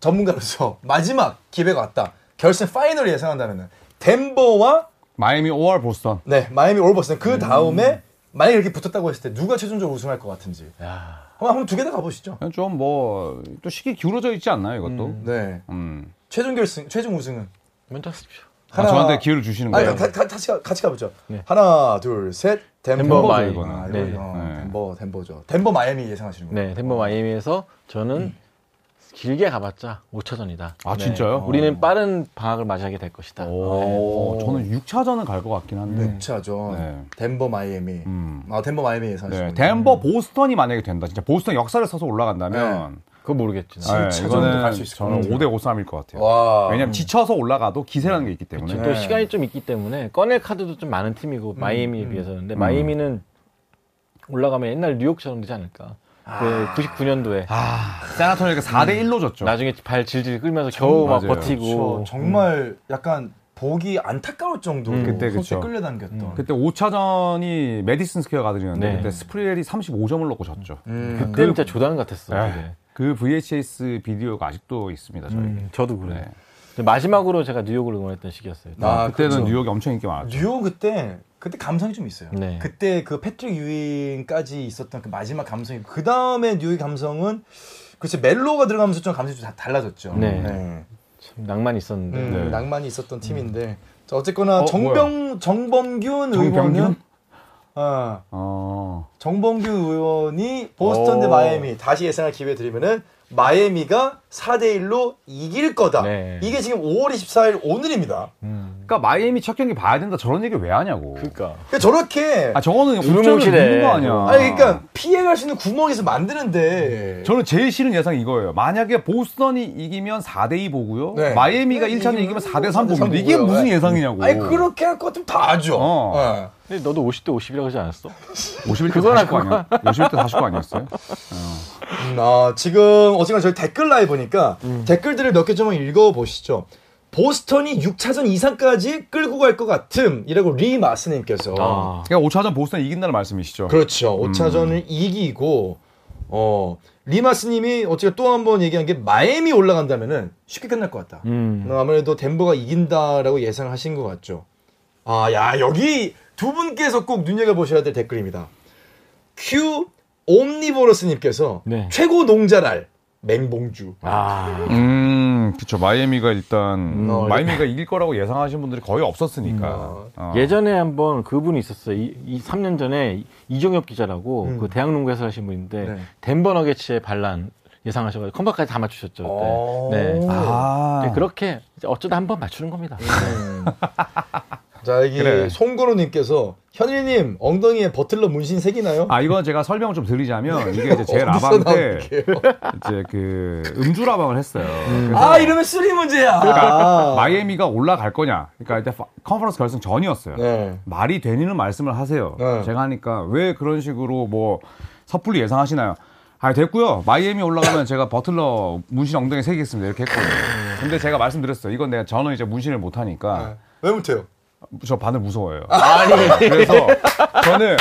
전문가로서 마지막 기회가 왔다 결승 파이널 예상한다면은 덴버와 마이애미 5월 보스턴. 네, 마이애미 올버스는 그 다음에 만약에 이렇게 붙었다고 했을 때 누가 최종적으로 우승할 것 같은지. 한번 한번 두 개 다 가보시죠. 좀 뭐 또 시기 기울어져 있지 않나요, 이것도? 음. 네, 최종 결승, 최종 우승은 먼저 하십시오. 아, 저한테 기회를 주시는 아니, 그러니까 거예요. 다, 다, 같이 가- 같이 가보죠. 하나, 둘, 셋, 덴버, 덴버, 아, 마이애미. 이거는. 아, 이거, 네. 어, 네. 덴버, 덴버죠. 덴버 마이애미 예상하시는 거예요. 네, 덴버 마이애미에서 저는 음. 길게 가봤자 5차전이다. 아, 진짜요? 우리는 빠른 방학을 맞이하게 될 것이다. 어. 오, 저는 6차전은 갈 것 같긴 한데. 차죠. 네. 덴버 마이애미. 아, 덴버 마이애미 예상하시는 거예요. 네, 덴버 보스턴이 만약에 된다. 진짜 보스턴 역사를 써서 올라간다면 그건 모르겠지. 나. 네. 네, 진짜 이거는 저는 갈수 있을 것 저는 같아요. 5대 5 싸움일 것 같아요. 와. 네. 왜냐면 지쳐서 올라가도 기세라는 게 있기 때문에. 또 시간이 좀 있기 때문에 꺼낼 카드도 좀 많은 팀이고 음, 마이애미에 비해서는 근데 마이애미는 올라가면 옛날 뉴욕처럼 되지 않을까. 그 99년도에 아, 세나토니가 4대 1로 졌죠. 나중에 발 질질 끌면서 겨우 막 맞아요. 그렇죠. 버티고 정말 약간 보기 안타까울 정도로 그때, 손에 그쵸. 음. 끌려당겼던. 그때 5차전이 메디슨 스퀘어 가든이었는데 네. 그때 스프리엘이 35점을 넣고 졌죠. 음. 그때 진짜 조단 같았어. 에이, 그게. 그 VHS 비디오가 아직도 있습니다. 저희. 음, 저도 그래. 네. 근데 마지막으로 제가 뉴욕을 응원했던 시기였어요. 아, 그때는 그렇죠. 뉴욕이 엄청 인기 많았죠. 뉴욕 그때 그때 감성이 좀 있어요. 네. 그때 그 패트릭 유인까지 있었던 그 마지막 감성이 그 그렇죠. 다음에 뉴욕의 감성은 글쎄 멜로가 들어가면서 좀 감성이 좀 다- 달라졌죠. 네. 낭만이 있었는데. 음, 네. 낭만이 있었던 팀인데 자, 어쨌거나 어, 정병 정범균 정병균? 의원은 어, 어. 정범균 의원이 보스턴 대 오. 마이애미 다시 예상할 기회 드리면은 마이애미가 4대 1로 이길 거다. 네. 이게 지금 5월 24일 오늘입니다. 음. 그러니까 마이애미 첫 경기 봐야 된다. 저런 얘기 왜 하냐고. 그러니까. 그러니까 저렇게 아 저거는 두루뭉실해. 옵션을 주는 거 아니야. 아니 그러니까 피해갈 수 있는 구멍에서 만드는데 저는 제일 싫은 예상이 이거예요. 만약에 보스턴이 이기면 4대2 보고요. 네. 마이애미가 1차전 이기면 4대3 보고요. 이게 무슨 예상이냐고. 아니 그렇게 할 것 같으면 다 하죠. 어. 예. 근데 너도 50대 50이라고 하지 않았어? 51대 그건 49 아니야? 51대 49 아니었어요? 음, 아, 지금 어쨌거나 저희 댓글 라이브니까 음. 댓글들을 몇 개 좀 읽어보시죠. 보스턴이 6차전 이상까지 끌고 갈 것 같음이라고 리마스님께서 아. 그러니까 5차전 보스턴 이긴다는 말씀이시죠. 그렇죠. 음. 5차전을 이기고 어 리마스님이 어쨌든 또한 번 얘기한 게 마엠이 올라간다면은 쉽게 끝날 것 같다. 음. 음, 아무래도 덴버가 이긴다라고 예상하신 것 같죠. 아, 야, 여기 두 분께서 꼭 눈여겨보셔야 될 댓글입니다. Q 옴니보러스님께서 네. 최고 농자랄 맹봉주. 아. 음, 그쵸. 마이애미가 일단, 어, 음. 마이애미가 이길 거라고 예상하신 분들이 거의 없었으니까. 어. 예전에 한번 그분이 있었어요. 이, 이 3년 전에 이- 이종엽 기자라고 음. 그 대학농구 해설하신 분인데 네. 덴버 너게츠의 반란 예상하셔가지고 컴바까지 다 맞추셨죠. 오. 그때. 네. 아. 예, 네, 그렇게 이제 어쩌다 한 번 맞추는 겁니다. 음. 자, 여기 그래. 송건우님께서 현일님 엉덩이에 버틀러 문신 새기나요? 아, 이건 제가 설명을 좀 드리자면, 이게 이제 제 어디서 나온 라방인데, 얘기예요? 이제 그, 음주 라방을 했어요. 그래서 아, 이러면 쓰리 문제야. 그러니까 아. 마이애미가 올라갈 거냐. 그러니까 이제 파- 컨퍼런스 결승 전이었어요. 네. 말이 되니는 말씀을 하세요. 네. 제가 하니까 왜 그런 식으로 뭐 섣불리 예상하시나요? 아 됐고요. 마이애미 올라가면 제가 버틀러 문신 엉덩이 새기겠습니다. 이렇게 했거든요. 근데 제가 말씀드렸어요. 이건 내가 저는 이제 문신을 못 하니까 네. 왜 못해요? 네. 저 바늘 무서워요. 그래서 저는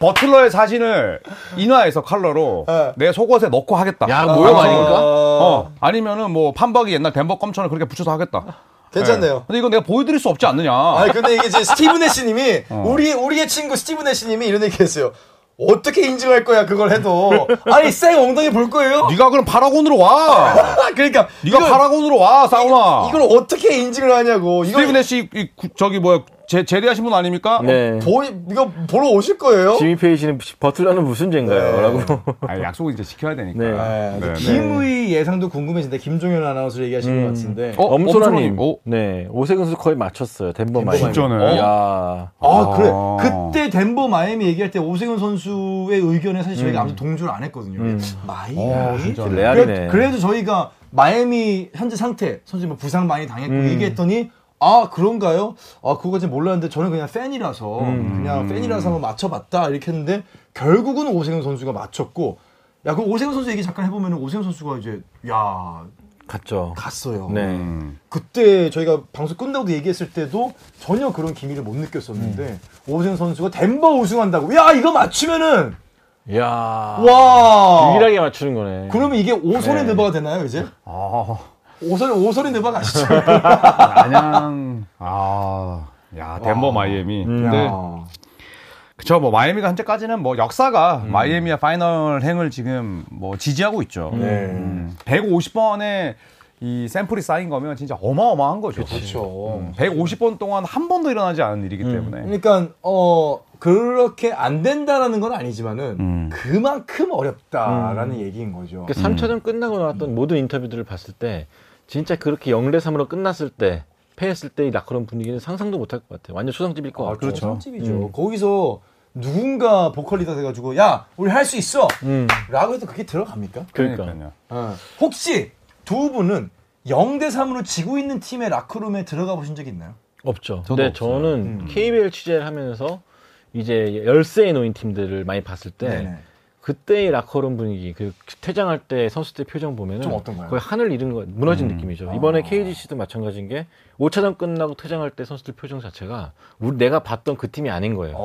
버틀러의 사진을 인화해서 컬러로 네. 내 속옷에 넣고 하겠다. 야, 모형 아닌가? 어, 아니면은 뭐 판박이 옛날 덴버 껌처럼 그렇게 붙여서 하겠다. 괜찮네요. 네. 근데 이거 내가 보여드릴 수 없지 않느냐. 아 근데 이게 지금 스티븐 애쉬님이 우리 우리의 친구 스티븐 애쉬님이 이런 얘기했어요. 어떻게 인증할 거야 그걸 해도 아니 쌩 엉덩이 볼 거예요? 네가 그럼 파라곤으로 와. 그러니까 네가 이걸- 파라곤으로 와, 사우나. 이걸 어떻게 인증을 하냐고 이걸 스티븐 애쉬 이 구- 저기 뭐야 제, 제대하신 분 아닙니까? 네. 보 이거 보러 오실 거예요? 지미 페이지는 버틀러는 무슨 죄인가요? 라고. 아, 약속을 이제 지켜야 되니까. 네. 네, 네, 김의 예상도 궁금해진다. 김종현 아나운서 얘기하시는 것 같은데. 어, 엄소라님. 오, 네. 오세근 선수 거의 맞췄어요. 덴버 마이. 진짜네. 야. 아 그래 아. 그때 덴버 마이애미 얘기할 때 오세훈 선수의 의견에 사실 저희가 아무튼 동조를 안 했거든요. 어, 마이애미 진짜. 레알이네. 그래, 도 저희가 마이애미 현재 상태 선수 뭐 부상 많이 당했고 얘기했더니 아 그런가요? 아 그거까지 몰랐는데 저는 그냥 팬이라서 그냥 팬이라서 한번 맞춰봤다 이렇게 했는데 결국은 오세훈 선수가 맞췄고 야 그럼 오세훈 선수 얘기 잠깐 해보면 오세훈 선수가 이제 야 갔죠. 갔어요. 네. 그때 저희가 방송 끝나고 얘기했을 때도 전혀 그런 기미를 못 느꼈었는데 음. 오세훈 선수가 덴버 우승한다고 야 이거 맞추면은 야. 와 아. 유일하게 맞추는 거네. 그러면 이게 오선의 네. 네바가 되나요 이제? 아, 오선 오선의 네바가 아시죠? 안양. 아, 야 덴버 마이애미. 음. 네. 근데 야. 그쵸 뭐 마이애미가 현재까지는 뭐 역사가 음. 마이애미의 파이널 행을 지금 뭐 지지하고 있죠. 음. 네. 150번의 이 샘플이 쌓인 거면 진짜 어마어마한 거죠. 그렇죠. 음. 150번 동안 한 번도 일어나지 않은 일이기 네. 때문에. 그러니까 어 그렇게 안 된다라는 건 아니지만은 음. 그만큼 어렵다라는 얘기인 거죠. 그 3차전 끝나고 나왔던 모든 인터뷰들을 봤을 때 진짜 그렇게 0대 3으로 끝났을 때 패했을 때이 라커룸 분위기는 상상도 못할 것 같아요. 완전 초상집일 것 같고. 그렇죠. 집이죠. 음. 거기서 누군가 보컬 리더 돼가지고 야 우리 할 수 있어 음. 라고 해도 그게 들어갑니까? 그러니까. 어. 혹시 두 분은 0대 3으로 지고 있는 팀의 라크룸에 들어가 보신 적 있나요? 없죠. 저도 근데 없어요. 저는 KBL 취재를 하면서 이제 열세에 놓인 팀들을 많이 봤을 때 네네. 그때의 라커룸 분위기, 그 퇴장할 때 선수들 표정 보면은 좀 어떤가요? 거의 하늘 잃은 거 무너진 느낌이죠. 이번에 KGC도 마찬가지인 게 5차전 끝나고 퇴장할 때 선수들 표정 자체가 우리 내가 봤던 그 팀이 아닌 거예요.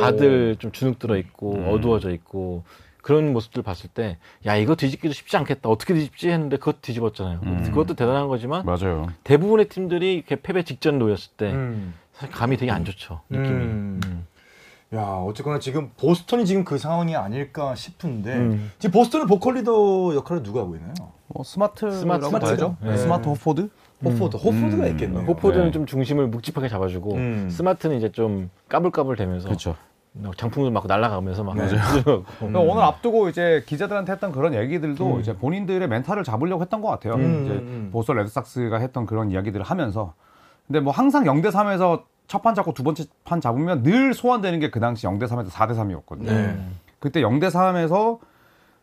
다들 좀 주눅 들어 있고 음. 어두워져 있고 그런 모습들 봤을 때 야 이거 뒤집기도 쉽지 않겠다 어떻게 뒤집지 했는데 그것도 뒤집었잖아요 그것도 대단한 음. 거지만 맞아요. 대부분의 팀들이 이렇게 패배 직전 놓였을 때 음. 사실 감이 되게 안 좋죠 느낌이 음. 야 어쨌거나 지금 보스턴이 지금 그 상황이 아닐까 싶은데 음. 지금 보스턴의 보컬 리더 역할을 누가 하고 있나요? 뭐 스마트 스마트 스마트죠. 스마트 호포드? 호포드, 호포드가 음. 있겠네요. 호포드는 네. 좀 중심을 묵직하게 잡아주고 음. 스마트는 이제 좀 까불까불 되면서 장풍도 막 날아가면서 네. 막 그렇죠. 어, 그러니까 오늘 아- 앞두고 이제 기자들한테 했던 그런 얘기들도 음. 이제 본인들의 멘탈을 잡으려고 했던 것 같아요. 음, 이제 음. 보스 레드삭스가 했던 그런 이야기들을 하면서 근데 뭐 항상 0대 3에서 첫 판 잡고 두 번째 판 잡으면 늘 소환되는 게 그 당시 0대 3에서 4대 3이었거든요. 네. 음. 그때 0대 3에서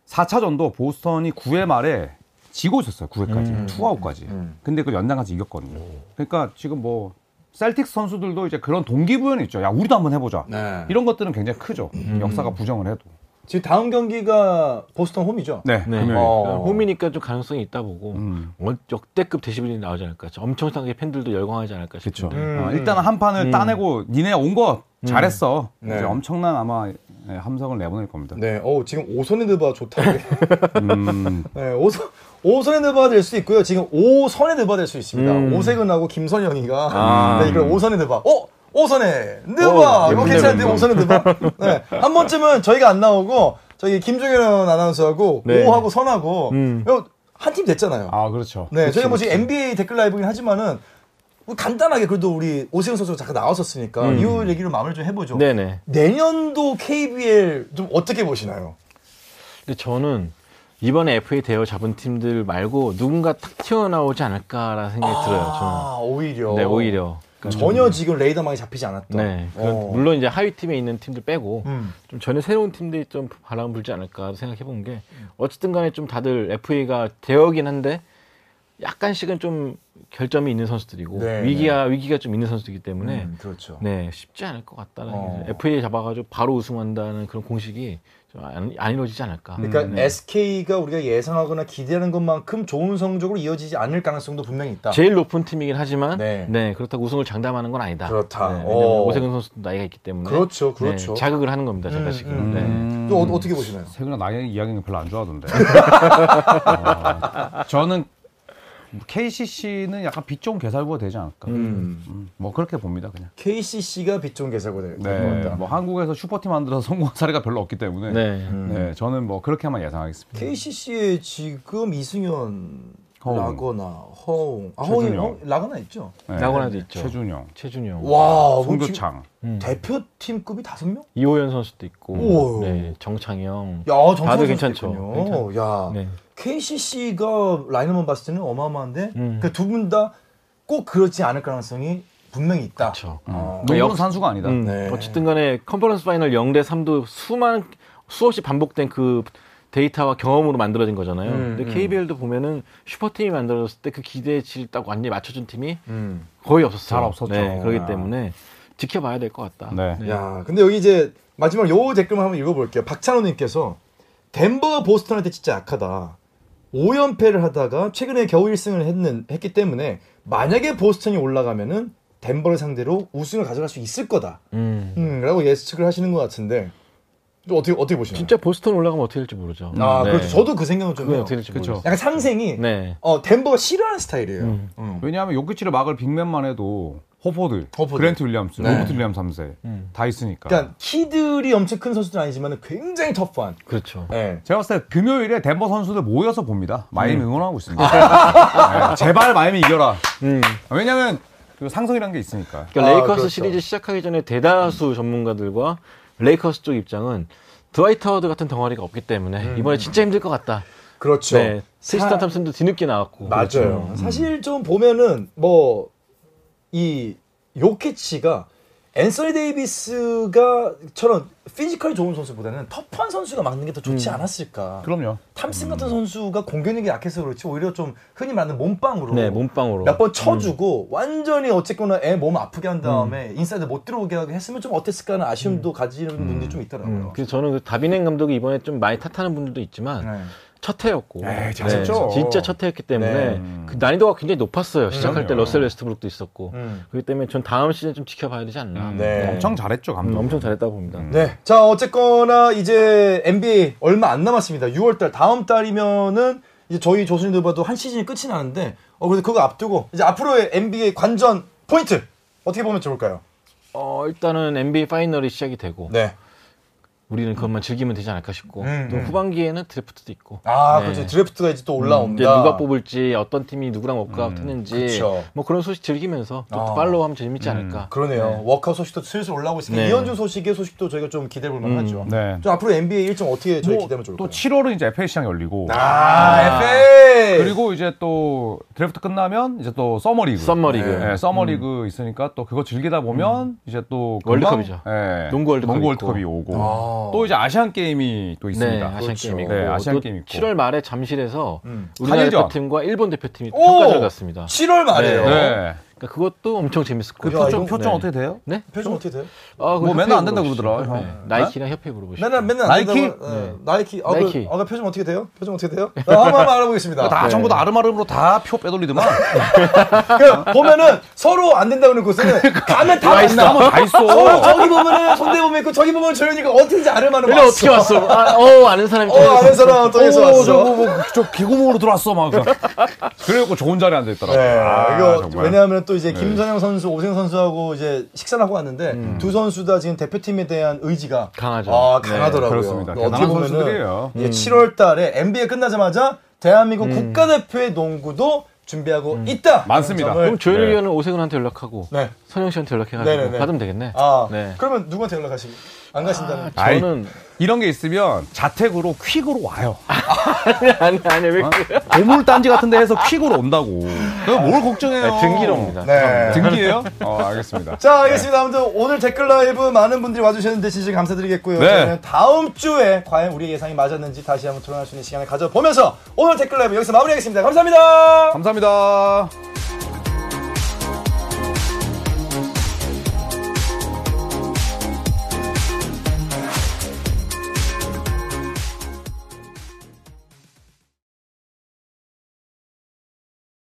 4차전도 보스턴이 9회 말에 지고 있었어요. 9회까지. 음. 투아웃까지. 음. 근데 그 연장까지 이겼거든요. 그러니까 지금 뭐 셀틱스 선수들도 이제 그런 동기부여는 있죠. 야, 우리도 한번 해보자. 네. 이런 것들은 굉장히 크죠. 역사가 부정을 해도. 지금 다음 경기가 보스턴 홈이죠. 네. 네. 금요일. 어. 그러니까 홈이니까 좀 가능성이 있다 보고 음. 원- 역대급 데시벨이 나오지 않을까. 엄청나게 팬들도 열광하지 않을까 그렇죠. 싶은데. 음. 어, 일단 한 판을 따내고 니네 온 거 잘했어. 네. 이제 엄청난 아마 예, 함성을 내보낼 겁니다. 네. 어 지금 오선핸드바 좋다. 음, 네, 오선 오선핸드바 될 수 있고요. 지금 오선핸드바 될 수 있습니다. 음. 오세근하고 김선영이가 아. 네, 이걸 오선핸드바. 어? 오선핸드바. 어, 이거 예쁜데, 괜찮은데 뭔가. 오선핸드바. 네. 한 번쯤은 저희가 안 나오고 저기 김종현 아나운서하고 네. 오하고 선하고 음. 한 팀 됐잖아요. 아 그렇죠. 네, 저희가 뭐 지금 NBA 댓글 라이브긴 하지만은 뭐 간단하게 그래도 우리 오세훈 선수가 잠깐 나왔었으니까 음. 이 얘기를 마무리 좀 해보죠. 네네. 내년도 KBL 좀 어떻게 보시나요? 근데 저는 이번에 FA 대여 잡은 팀들 말고 누군가 탁 튀어나오지 않을까라는 생각이 네, 들어요. 아, 오히려. 그러니까 저는. 네, 오히려. 전혀 지금 레이더망이 잡히지 않았다. 네. 그런- 어. 물론 이제 하위 팀에 있는 팀들 빼고 음. 좀 전혀 새로운 팀들이 좀 바람 불지 않을까 생각해 본 게 어쨌든 간에 좀 다들 FA가 되어긴 한데 약간씩은 좀 결점이 있는 선수들이고 네, 위기가 위기가 좀 있는 선수이기 때문에 음, 그렇죠. 네 쉽지 않을 것 같다는 어. 게 FA 잡아가지고 바로 우승한다는 그런 공식이 좀 안 이루어지지 않을까. 그러니까 네. SK가 우리가 예상하거나 기대하는 것만큼 좋은 성적으로 이어지지 않을 가능성도 분명히 있다. 제일 높은 팀이긴 하지만 아. 네. 네, 그렇다고 우승을 장담하는 건 아니다. 그렇다. 네, 어. 왜냐면 오세근 선수도 나이가 있기 때문에 그렇죠, 네, 그렇죠. 자극을 하는 겁니다. 제가 음, 지금. 음. 네. 또 어, 떻게 보시나요? 세근아 나의 이야기는 별로 안 좋아하던데. 어, 저는 KCC는 약간 빛 좋은 개살구가 되지 않을까. 음, 뭐 그렇게 봅니다 그냥. KCC가 빚 좋은 개사고 될것 네. 같다. 뭐 한국에서 슈퍼팀 만들어서 성공한 사례가 별로 없기 때문에. 네. 네. 음. 저는 뭐 그렇게만 예상하겠습니다. KCC에 지금 이승현, 허웅. 라거나, 허웅, 아 허웅이 최준영. 허, 라거나 있죠. 네. 나고나도 있죠. 아, 최준영, 최준용, 와, 송교창. 지금 음. 대표팀급이 다섯 명? 이호연 선수도 있고, 우와. 네, 정창영. 야, 정상 다들 선수 괜찮죠. 있군요. 괜찮- 야, 네. KCC가 라인업만 봤을 때는 어마어마한데 음. 그 두 분 다 꼭 그렇지 않을 가능성이 분명히 있다. 그렇죠. 어. 농구는 역- 산수가 아니다. 음, 네. 어쨌든 간에 컨퍼런스 파이널 0대 3도 수많은 수없이 반복된 그 데이터와 경험으로 만들어진 거잖아요. 음, 음. 근데 KBL도 보면은 슈퍼팀이 만들어졌을 때 그 기대치를 딱 완전히 맞춰준 팀이 음. 거의 없었어요. 잘 없었죠. 네, 그렇기 아. 때문에 지켜봐야 될 것 같다. 네. 야, 근데 여기 이제 마지막 요 댓글만 한번 읽어볼게요. 박찬호님께서 덴버 보스턴한테 진짜 약하다. 5연패를 하다가 최근에 겨우 1승을 했는, 했기 때문에 만약에 보스턴이 올라가면은 덴버를 상대로 우승을 가져갈 수 있을 거다. 음. 음, 라고 예측을 하시는 것 같은데 또 어떻게 어떻게 보시나요? 진짜 보스턴 올라가면 어떻게 될지 모르죠. 아 네. 그렇죠. 저도 그 생각은 좀 그건 해요. 어떻게 될지 그쵸. 모르죠. 약간 상생이 네. 어 덴버가 싫어하는 스타일이에요. 음. 음. 왜냐하면 요키치를 막을 빅맨만 해도 호포드, 호포드. 그랜트 윌리엄스, 네. 로버트 윌리엄스 3세 음. 다 있으니까. 그러니까 키들이 엄청 큰 선수들은 아니지만 굉장히 터프한. 그렇죠. 네. 제가 봤을 때 금요일에 덴버 선수들 모여서 봅니다. 마이미 응원하고 있습니다. 네, 제발 마이미 이겨라. 음. 왜냐면 그 상성이라는 게 있으니까. 그러니까 아, 레이커스 그렇죠. 시리즈 시작하기 전에 대다수 전문가들과 레이커스 쪽 입장은 드와이트 하워드 같은 덩어리가 없기 때문에 이번에 진짜 힘들 것 같다. 음. 그렇죠. 네, 그렇죠. 음. 사- 트리스탄 탐슨도 뒤늦게 나왔고. 맞아요. 사실 좀 보면은 뭐 이 요키치가 앤서니 데이비스가처럼 피지컬이 좋은 선수보다는 터프한 선수가 막는 게 더 좋지 음. 않았을까. 그럼요. 탐슨 같은 선수가 공격력이 약해서 그렇지 오히려 좀 흔히 말하는 몸빵으로 네, 몸빵으로. 음. 몇 번 쳐주고 완전히 어쨌거나 애 몸 아프게 한 다음에 인사이드 못 들어오게 하게 했으면 좀 어땠을까 하는 아쉬움도 가지는 분들이 좀 있더라고요. 음, 그래서 저는 그 다비넨 감독이 이번에 좀 많이 탓하는 분들도 있지만 네. 첫 해였고 네, 에이, 잘했죠. 진짜 첫 해였기 때문에 네. 그 난이도가 굉장히 높았어요. 시작할 때 그럼요. 러셀 웨스트브룩도 있었고 음. 그렇기 때문에 전 다음 시즌 좀 지켜봐야 되지 않나. 음, 네. 엄청 잘했죠 음, 감독. 엄청 잘했다고 봅니다. 네. 자, 어쨌거나 이제 NBA 얼마 안 남았습니다. 6월달 다음 달이면은 이제 저희 조수님들 봐도 한 시즌이 끝이 나는데 어 그래서 그거 앞두고 이제 앞으로의 NBA 관전 포인트 어떻게 보면 좋을까요? 어, 일단은 NBA 파이널이 시작이 되고 네. 우리는 그것만 즐기면 되지 않을까 싶고 음, 또 음. 후반기에는 드래프트도 있고 아, 네. 음, 그렇죠. 드래프트가 이제 또 올라온다. 이제 누가 뽑을지 어떤 팀이 누구랑 워크아웃 했는지 그쵸. 뭐 그런 소식 즐기면서 또 아. 음, 팔로우하면 재밌지 않을까. 그러네요. 워크아웃 소식도 슬슬 올라오고 있으니까 네. 음, 이현준 소식의 소식도 저희가 좀 기대해 볼 만하죠. 네. 좀 앞으로 NBA 일정 어떻게 저희 뭐, 기대하면 좋을까요? 또 7월은 이제 FA 시장 열리고 아, 네. FA. 그리고 이제 또 드래프트 끝나면 이제 또 서머리그 썸머리그 음. 네. 예, 서머리그 있으니까 또 그거 즐기다 보면 이제 또 금방, 월드컵이죠. 예, 농구 월드컵이 농구 월드컵이 있고. 오고 아. 또 이제 아시안 게임이 또 네, 있습니다. 아시안 그렇죠. 게임이고. 네, 아시안 또 게임 있고. 7월 말에 잠실에서 음. 우리나라 한일전. 대표팀과 일본 대표팀이 오! 평가전을 갔습니다. 7월 말에요. 네. 그러니까 그것도 엄청 재밌을 그 야, 거예요. 표정 이거- 표정 어떻게 돼요? 네? 표정 어떻게 돼요? 아, 뭐 그거 맨날 협회에 안 된다고 물어보시죠. 그러더라, 네, 형. 나이키랑 협회 물어보시고. 맨날 맨날 나이키? 나이키 나이키 아, 나이키. 그, 아, 그 표정 어떻게 돼요? 표정 어떻게 돼요? 나 한번 한번 알아보겠습니다. 네. 다 전부 다 아름아름으로 다 표 빼돌리더만. 그 보면은 서로 안 된다 그러는 곳은 가면 다 만나. 나면 아, 다 서로 있어. 저기 보면은 손대범 있고 저기 보면 조현이가 어딘지 아름아름 근데 어떻게 왔어? 아, 어, 아는 사람이 어 아는 사람 어디서 오, 왔어? 저, 뭐, 뭐, 저 개구멍으로 들어왔어 막. 그냥. 그래갖고 좋은 자리에 앉아 있더라고. 네, 이거 면 왜냐하면 또 이제 김선영 선수, 오생 선수하고 이제 식사를 하고 왔는데 두 선수 다 지금 대표팀에 대한 의지가 강하죠. 아, 네, 강하더라고요. 그렇습니다. 어떻게 대단한 보면은 선수들이에요. 음. 이제 7월달에 NBA 끝나자마자 대한민국 국가대표의 농구도 준비하고 있다. 음. 많습니다. 그런 그럼 점을- 조현일 네. 위원은 오세근한테 연락하고 네. 선영 씨한테 연락해가지고 네네네. 받으면 되겠네. 아, 네. 그러면 누구한테 연락하시고 안 가신다는? 아, 저는 이런 게 있으면 자택으로 퀵으로 와요. 아니 아니 아니 왜 그래요? 보물단지 같은 데 해서 퀵으로 온다고. 그럼 뭘 걱정해요? 네, 등기로입니다. 네. 등기예요? 어, 알겠습니다. 자, 알겠습니다. 아무튼 오늘 댓글 라이브 많은 분들이 와주셨는데 진심 감사드리겠고요. 네. 저희는 다음 주에 과연 우리의 예상이 맞았는지 다시 한번 토론할 수 있는 시간을 가져보면서 오늘 댓글 라이브 여기서 마무리하겠습니다. 감사합니다. 감사합니다.